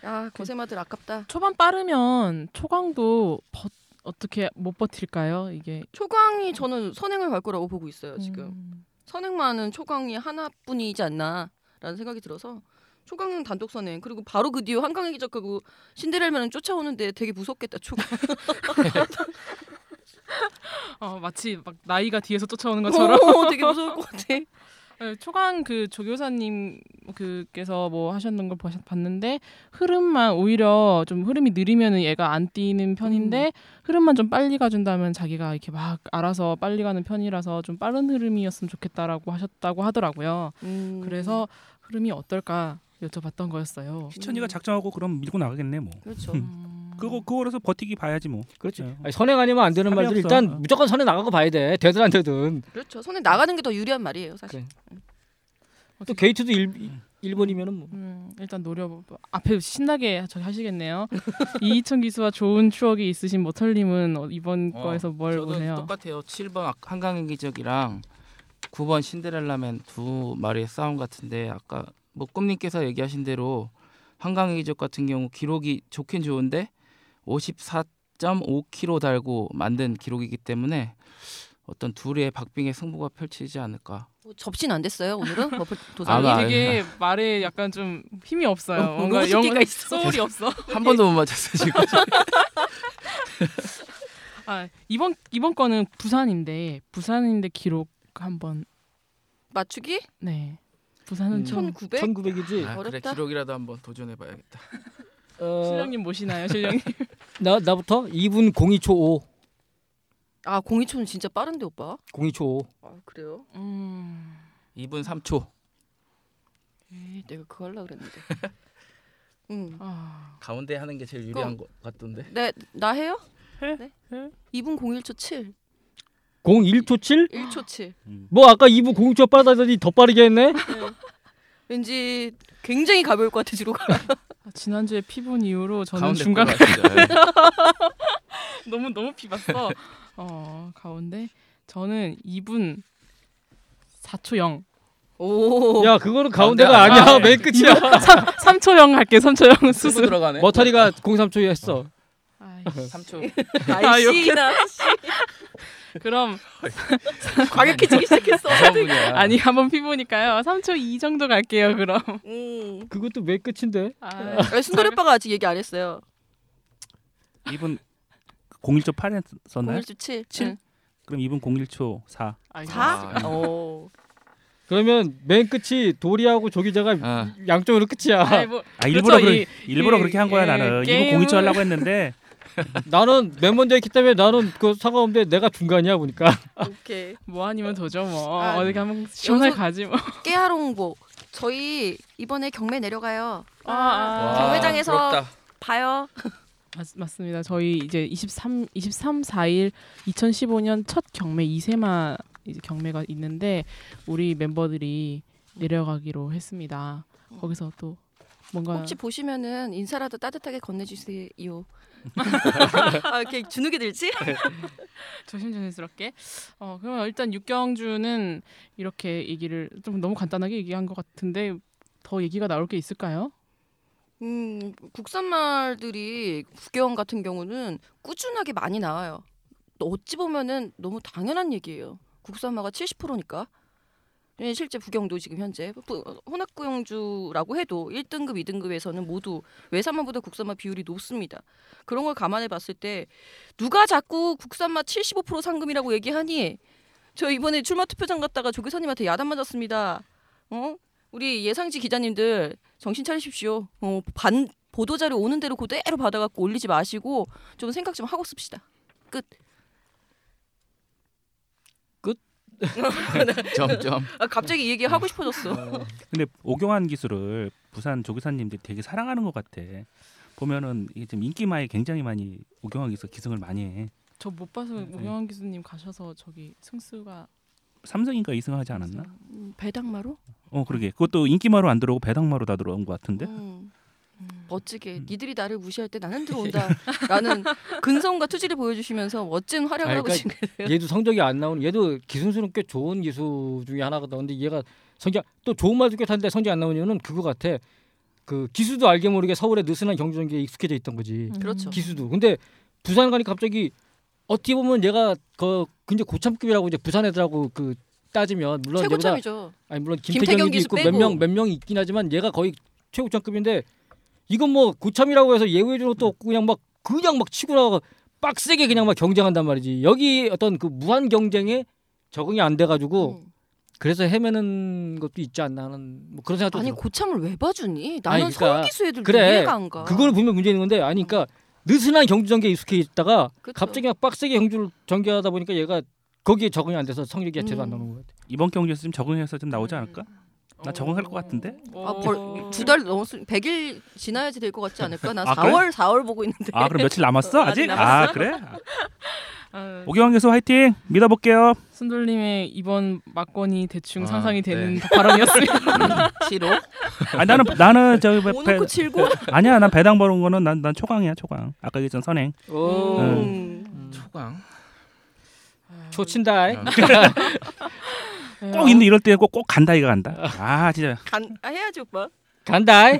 [SPEAKER 6] 야 거세마들 아깝다.
[SPEAKER 2] 초반 빠르면 초강도 버, 어떻게 못 버틸까요 이게?
[SPEAKER 6] 초강이 저는 선행을 갈 거라고 보고 있어요 지금.
[SPEAKER 2] 음.
[SPEAKER 6] 선행만은 초강이 하나뿐이지 않나라는 생각이 들어서 초강은 단독 선행 그리고 바로 그 뒤에 한강의 기적하고 신데렐라는 쫓아오는데 되게 무섭겠다 초강
[SPEAKER 2] 어 마치 막 나이가 뒤에서 쫓아오는 것처럼.
[SPEAKER 6] 오, 어, 되게 무서울 것 같아
[SPEAKER 2] 네, 초강 그 조교사님 그께서 뭐 하셨는 걸 보셨- 봤는데 흐름만 오히려 좀 흐름이 느리면은 얘가 안 뛰는 편인데 흐름만 좀 빨리 가준다면 자기가 이렇게 막 알아서 빨리 가는 편이라서 좀 빠른 흐름이었으면 좋겠다라고 하셨다고 하더라고요.
[SPEAKER 6] 음.
[SPEAKER 2] 그래서 흐름이 어떨까 여쭤봤던 거였어요.
[SPEAKER 4] 음. 시천이가 작정하고 그럼 밀고 나가겠네 뭐.
[SPEAKER 6] 그렇죠
[SPEAKER 2] 음,
[SPEAKER 4] 그거 그거로서 버티기 봐야지 뭐.
[SPEAKER 5] 그렇지.
[SPEAKER 4] 네.
[SPEAKER 5] 어. 아니, 선행 아니면 안 되는
[SPEAKER 4] 답이
[SPEAKER 5] 말들
[SPEAKER 4] 없어. 어.
[SPEAKER 5] 일단 무조건 선행 나가고 봐야 돼. 되든 안 되든.
[SPEAKER 6] 그렇죠. 손에 나가는 게 더 유리한 말이에요, 사실.
[SPEAKER 5] 또 게이트도 일 일본이면은 뭐.
[SPEAKER 2] 음, 일단 노려 앞에 신나게 저기 하시겠네요. 이희천 기수와 좋은 추억이 있으신 모털님은 어, 이번
[SPEAKER 3] 어,
[SPEAKER 2] 거에서 뭘
[SPEAKER 3] 저도
[SPEAKER 2] 보세요?
[SPEAKER 3] 똑같아요. 7번 한강의 기적이랑 9번 신데렐라맨 두 마리의 싸움 같은데 아까 뭐 꿈님께서 얘기하신 대로 한강의 기적 같은 경우 기록이 좋긴 좋은데 54.5km 달고 만든 기록이기 때문에 어떤 둘의 박빙의 승부가 펼치지 않을까.
[SPEAKER 6] 뭐 접신 안 됐어요 오늘은 뭐 도전이.
[SPEAKER 3] 아마-
[SPEAKER 2] 아니 되게 말에 약간 좀 힘이 없어요.
[SPEAKER 6] 어,
[SPEAKER 2] 뭔가
[SPEAKER 6] 농구
[SPEAKER 2] 영
[SPEAKER 6] 시기가 있어.
[SPEAKER 2] 소울이 없어.
[SPEAKER 3] 한 번도 못 맞췄어 지금.
[SPEAKER 2] 아, 이번 이번 거는 부산인데 부산인데 기록 한번
[SPEAKER 6] 맞추기?
[SPEAKER 2] 네. 부산은
[SPEAKER 5] 음.
[SPEAKER 2] 좀
[SPEAKER 6] 1900?
[SPEAKER 5] 1900이지.
[SPEAKER 3] 아, 그래
[SPEAKER 6] 어렵다.
[SPEAKER 3] 기록이라도 한번 도전해봐야겠다.
[SPEAKER 5] 어,
[SPEAKER 2] 실령님 모시나요, 실령님?
[SPEAKER 5] 나 나부터 2분 02초 5.
[SPEAKER 6] 아 공이초는 진짜 빠른데 오빠.
[SPEAKER 5] 02초 5.
[SPEAKER 6] 아 그래요?
[SPEAKER 2] 음.
[SPEAKER 3] 2분 3초
[SPEAKER 6] 에이, 네, 내가 그거 하려 그랬는데. 음.
[SPEAKER 2] 아.
[SPEAKER 3] 가운데 하는 게 제일 유리한 것 같던데.
[SPEAKER 6] 네나 해요?
[SPEAKER 2] 해?
[SPEAKER 6] 네.
[SPEAKER 2] 해?
[SPEAKER 6] 2분 01초 7.
[SPEAKER 5] 01초 7?
[SPEAKER 2] 아.
[SPEAKER 6] 1초 7.
[SPEAKER 4] 음.
[SPEAKER 5] 뭐 아까 2분 02초 빠르다더니 더 빠르게 했네.
[SPEAKER 6] 왠지 굉장히 가벼울 것 같아 지로가.
[SPEAKER 2] 아, 지난주에 피본 이후로 저는
[SPEAKER 3] 가운데
[SPEAKER 2] 중간
[SPEAKER 3] 거 같아요.
[SPEAKER 2] 너무 너무 비봤어. 어, 가운데 저는 2분 4초 0.
[SPEAKER 6] 오.
[SPEAKER 5] 야 그거는 가운데가
[SPEAKER 3] 가운데가
[SPEAKER 5] 아니야.
[SPEAKER 4] 아니야.
[SPEAKER 5] 맨 끝이야.
[SPEAKER 2] 3초 0 할게. 3초 0
[SPEAKER 3] 쓰고
[SPEAKER 2] 수수.
[SPEAKER 3] 들어가네.
[SPEAKER 5] 머터리가 03초 했어.
[SPEAKER 2] 아이,
[SPEAKER 3] 3초.
[SPEAKER 6] 아이씨나
[SPEAKER 2] 그럼
[SPEAKER 6] 과격해지기 시작했어.
[SPEAKER 2] 아니 한번 피보니까요. 3초 2 정도 갈게요. 그럼.
[SPEAKER 6] 음.
[SPEAKER 5] 그것도 맨 끝인데.
[SPEAKER 2] 아,
[SPEAKER 6] 아, 순돌이 오빠가 아직 얘기 안 했어요.
[SPEAKER 4] 이분 01초 8에 썼나요?
[SPEAKER 6] 01초 7.
[SPEAKER 4] 칠? 그럼 이분 01초 4.
[SPEAKER 2] 아,
[SPEAKER 6] 4? 오.
[SPEAKER 5] 그러면 맨 끝이 도리하고 조기자가
[SPEAKER 3] 아,
[SPEAKER 5] 양쪽으로 끝이야.
[SPEAKER 2] 아이, 뭐,
[SPEAKER 4] 아 일부러
[SPEAKER 2] 그렇죠.
[SPEAKER 4] 그
[SPEAKER 2] 이-
[SPEAKER 4] 일부러
[SPEAKER 2] 이-
[SPEAKER 4] 그렇게 한 거야
[SPEAKER 2] 예,
[SPEAKER 4] 나는.
[SPEAKER 2] 게임은-
[SPEAKER 4] 이분 01초 하려고 했는데
[SPEAKER 5] 나는 맨 먼저 했기 때문에 나는 그 상관없는데 내가 중간이야 보니까.
[SPEAKER 6] 오케이.
[SPEAKER 2] 뭐 아니면 도죠 뭐.
[SPEAKER 6] 아,
[SPEAKER 2] 어디 가면 시원하게
[SPEAKER 6] 여기서-
[SPEAKER 2] 가지 뭐.
[SPEAKER 6] 깨알홍보. 저희 이번에 경매 내려가요.
[SPEAKER 2] 아, 아.
[SPEAKER 3] 와,
[SPEAKER 6] 정회장에서
[SPEAKER 3] 부럽다.
[SPEAKER 6] 봐요.
[SPEAKER 2] 맞, 맞습니다. 저희 이제 23 23 4일 2015년 첫 경매 2세마 이제 경매가 있는데 우리 멤버들이 내려가기로 했습니다. 거기서 또 뭔가
[SPEAKER 6] 혹시 보시면은 인사라도 따뜻하게 건네주세요. 아, 이렇게 주눅이 들지?
[SPEAKER 2] 조심조심스럽게. 어, 그러면 일단 육경주는 이렇게 얘기를 좀 너무 간단하게 얘기한 것 같은데 더 얘기가 나올 게 있을까요?
[SPEAKER 6] 음, 국산 말들이 국경 같은 경우는 꾸준하게 많이 나와요. 어찌 보면은 너무 당연한 얘기예요. 국산마가 70%니까. 예, 실제 부경도 지금 현재 부- 혼합구용주라고 해도 1등급, 2등급에서는 모두 외산마보다 국산마 비율이 높습니다. 그런 걸 감안해 봤을 때 누가 자꾸 국산마 75% 상금이라고 얘기하니 저 이번에 출마 투표장 갔다가 조교사님한테 야단 맞았습니다. 어? 우리 예상지 기자님들 정신 차리십시오. 어, 반 보도 자료 오는 대로 그대로 받아갖고 올리지 마시고 좀 생각 좀 하고 씁시다.
[SPEAKER 3] 점점.
[SPEAKER 6] 아, 갑자기 이 얘기 하고 싶어졌어.
[SPEAKER 5] 네.
[SPEAKER 4] 근데 오경환 기수를 부산 조교사님들이 되게 사랑하는 것 같아. 보면은 이게 지금 인기마에 굉장히 많이 오경환 기수 기승을 많이 해.
[SPEAKER 2] 저 못 봐서 우영환 기수님 가셔서 저기 승수가
[SPEAKER 4] 삼성인가 이승하지 않았나?
[SPEAKER 6] 음, 배당마로?
[SPEAKER 4] 어 그러게. 그것도 인기마로 안 들어오고 배당마로 다 들어온 것
[SPEAKER 5] 네?
[SPEAKER 4] 같은데.
[SPEAKER 6] 음.
[SPEAKER 5] 음.
[SPEAKER 6] 멋지게 니들이 나를 무시할 때 나는
[SPEAKER 5] 네.
[SPEAKER 6] 들어온다라는 근성과 투지를 보여주시면서 멋진 활약을
[SPEAKER 5] 아,
[SPEAKER 6] 하고
[SPEAKER 5] 그러니까
[SPEAKER 6] 계신 거예요.
[SPEAKER 5] 얘도 성적이 안 나오는. 얘도 기순수는 꽤 좋은 기수 중에 하나거든. 근데 얘가 성적 또 좋은 말도 꽤 하는데 성적 이안 나오는 이유는 그거 같아. 그 기수도 알게 모르게 서울의 느슨한 경주전기에 익숙해져 있던 거지.
[SPEAKER 6] 그렇죠.
[SPEAKER 5] 음. 기수도. 근데 부산 가니 갑자기 어떻게 보면 얘가 그 굉장히 고참급이라고 이제 부산 애들하고 그 따지면 물론 얘보다
[SPEAKER 6] 최고참이죠.
[SPEAKER 5] 아니 물론
[SPEAKER 6] 김태경
[SPEAKER 5] 김태경이도
[SPEAKER 6] 기수
[SPEAKER 5] 있고
[SPEAKER 6] 빼고.
[SPEAKER 5] 몇 명 몇 명 있긴 하지만 얘가 거의 최고점급인데 이건 뭐 고참이라고 해서 예우해준 것도 없고 그냥 막 그냥 막 치고 나가 빡세게 그냥 막 경쟁한단 말이지 여기 어떤 그 무한 경쟁에 적응이 안 돼가지고
[SPEAKER 6] 음.
[SPEAKER 5] 그래서 헤매는 것도 있지 않나 하는 뭐 그런 생각도
[SPEAKER 6] 아니
[SPEAKER 5] 들어.
[SPEAKER 6] 고참을 왜 봐주니? 나는
[SPEAKER 5] 아니, 그러니까
[SPEAKER 6] 서울 기수 애들
[SPEAKER 5] 그래.
[SPEAKER 6] 이해가 안 가.
[SPEAKER 5] 그걸 보면 문제 있는 건데 아니 그러니까 느슨한 경주전기에 익숙해 있다가
[SPEAKER 6] 그쵸.
[SPEAKER 5] 갑자기 막 빡세게 경주를 전개하다 보니까 얘가 거기에 적응이 안 돼서 성적이 제대로 안
[SPEAKER 6] 음.
[SPEAKER 5] 나오는 것 같아.
[SPEAKER 4] 이번 경기에서 좀 적응해서 좀 나오지 않을까? 나 적응할 것 같은데?
[SPEAKER 2] 어.
[SPEAKER 6] 아, 벌, 두달 넘었 100일 지나야지 될 것 같지 않을까? 나
[SPEAKER 4] 아,
[SPEAKER 6] 4월 4월 보고 있는데.
[SPEAKER 4] 아 그럼 며칠 남았어
[SPEAKER 6] 아직
[SPEAKER 4] 아직?
[SPEAKER 6] 남았어.
[SPEAKER 4] 아 그래? 오경환 교수 화이팅 믿어볼게요.
[SPEAKER 2] 아, 순돌님의 이번 막건이 대충
[SPEAKER 3] 아,
[SPEAKER 2] 상상이 되는
[SPEAKER 3] 네.
[SPEAKER 2] 발언이었습니다.
[SPEAKER 3] 7호?
[SPEAKER 4] 아 나는 나는 저기 배, 배,
[SPEAKER 6] 오놓고 칠고.
[SPEAKER 4] 아니야 난 배당 버는 거는 난 난 초강이야 초강. 아까 얘기했던 선행.
[SPEAKER 3] 오.
[SPEAKER 6] 음.
[SPEAKER 3] 초강.
[SPEAKER 5] 초친다.
[SPEAKER 2] 음.
[SPEAKER 4] 꼭 있는 이럴 때 꼭 꼭 간다 이거 간다. 아 진짜
[SPEAKER 6] 간 아, 해야지 오빠.
[SPEAKER 5] 간다.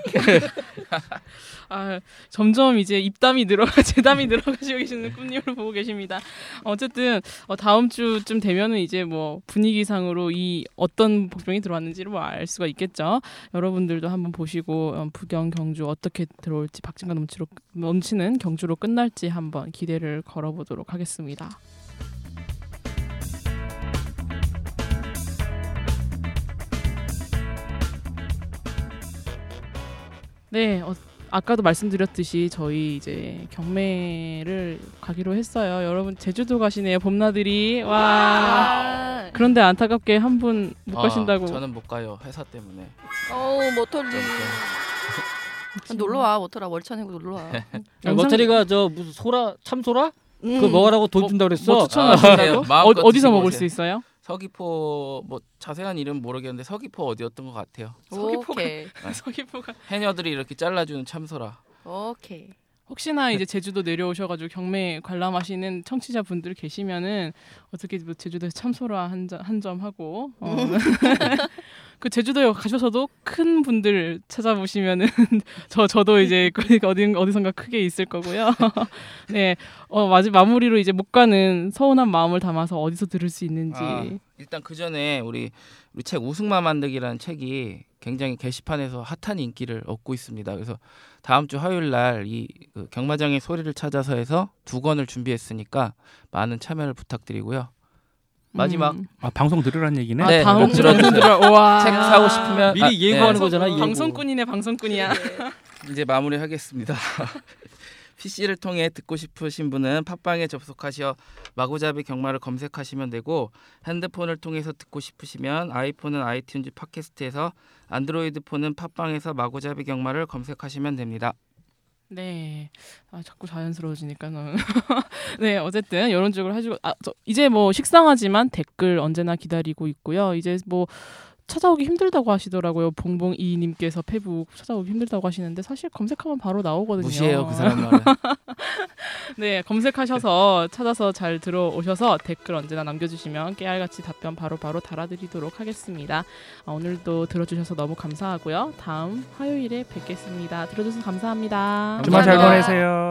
[SPEAKER 2] 아, 점점 이제 입담이 늘어가 재담이 늘어가시고 계시는 꿈님을 보고 계십니다. 어쨌든 어, 다음 주쯤 되면은 이제 뭐 분위기상으로 이 어떤 복병이 들어왔는지를 뭐알 수가 있겠죠. 여러분들도 한번 보시고 어, 부경 경주 어떻게 들어올지 박진감 넘치로 넘치는 경주로 끝날지 한번 기대를 걸어보도록 하겠습니다. 네, 어, 아까도 말씀드렸듯이 저희 이제 경매를 가기로 했어요. 여러분 제주도 가시네요. 봄나들이 와.
[SPEAKER 6] 아.
[SPEAKER 2] 그런데 안타깝게 한 분 못
[SPEAKER 3] 아,
[SPEAKER 2] 가신다고.
[SPEAKER 3] 저는 못 가요. 회사 때문에.
[SPEAKER 6] 어우 모털리.
[SPEAKER 2] 지금
[SPEAKER 6] 놀러 와 모털아 월차 내고 놀러 와.
[SPEAKER 2] 영상-
[SPEAKER 5] 로터리가 저 무슨 소라 참소라
[SPEAKER 6] 음.
[SPEAKER 5] 그거 먹으라고 돈
[SPEAKER 3] 뭐-
[SPEAKER 5] 준다 그랬어.
[SPEAKER 2] 뭐 추천을
[SPEAKER 3] 아,
[SPEAKER 2] 하신다고?
[SPEAKER 3] 네, 마음껏
[SPEAKER 2] 어, 디서
[SPEAKER 3] 드시고
[SPEAKER 2] 먹을
[SPEAKER 3] 오세요.
[SPEAKER 2] 수 있어요?
[SPEAKER 3] 서귀포 뭐 자세한 이름 모르겠는데 서귀포 어디였던 것 같아요.
[SPEAKER 2] 서귀포가-
[SPEAKER 6] 오케이.
[SPEAKER 3] 아,
[SPEAKER 2] 서귀포가
[SPEAKER 3] 해녀들이 이렇게 잘라주는 참소라.
[SPEAKER 6] 오케이.
[SPEAKER 2] 혹시나 이제 제주도 내려오셔가지고 경매 관람하시는 청취자분들 계시면은 어떻게 뭐 제주도에 참소라 한점 하고 어. 그 제주도에 가셔서도 큰 분들 찾아보시면은 저 저도 이제 그러니까 어디 어디선가 크게 있을 거고요. 네, 어 마지 마무리로 이제 못 가는 서운한 마음을 담아서 어디서 들을 수 있는지
[SPEAKER 3] 아, 일단 그 전에 우리 우리 책 우승마 만들기라는 책이 굉장히 게시판에서 핫한 인기를 얻고 있습니다. 그래서 다음 주 화요일 날이 그 경마장의 소리를 찾아서에서 두 권을 준비했으니까 많은 참여를 부탁드리고요. 마지막.
[SPEAKER 2] 음.
[SPEAKER 4] 아, 방송 들으란 얘기네.
[SPEAKER 2] 아,
[SPEAKER 3] 네,
[SPEAKER 2] 다음
[SPEAKER 3] 꼭
[SPEAKER 2] 주로
[SPEAKER 3] 들어주세요.
[SPEAKER 2] 들어
[SPEAKER 5] 아.
[SPEAKER 2] 와
[SPEAKER 3] 책 사고 싶으면
[SPEAKER 5] 미리 예고하는 거잖아. 네. 예고.
[SPEAKER 2] 방송꾼이네 방송꾼이야.
[SPEAKER 6] 예.
[SPEAKER 3] 이제 마무리하겠습니다. PC를 통해 듣고 싶으신 분은 팟빵에 접속하셔 마구잡이 경마를 검색하시면 되고 핸드폰을 통해서 듣고 싶으시면 아이폰은 아이튠즈 팟캐스트에서 안드로이드 폰은 팟빵에서 마구잡이 경마를 검색하시면 됩니다.
[SPEAKER 2] 네. 아 자꾸 자연스러워지니까 나는. 네, 어쨌든 이런 쪽으로 해주고 아, 저 이제 뭐 식상하지만 댓글 언제나 기다리고 있고요. 이제 뭐 찾아오기 힘들다고 하시더라고요. 봉봉이 님께서 페북 찾아오기 힘들다고 하시는데 사실 검색하면 바로 나오거든요.
[SPEAKER 3] 무시해요 그 사람 말은.
[SPEAKER 2] 네, 검색하셔서 찾아서 잘 들어오셔서 댓글 언제나 남겨주시면 깨알같이 답변 바로바로 달아드리도록 하겠습니다. 아, 오늘도 들어주셔서 너무 감사하고요. 다음 화요일에 뵙겠습니다. 들어주셔서 감사합니다.
[SPEAKER 4] 주말 잘
[SPEAKER 6] 감사합니다.
[SPEAKER 4] 보내세요.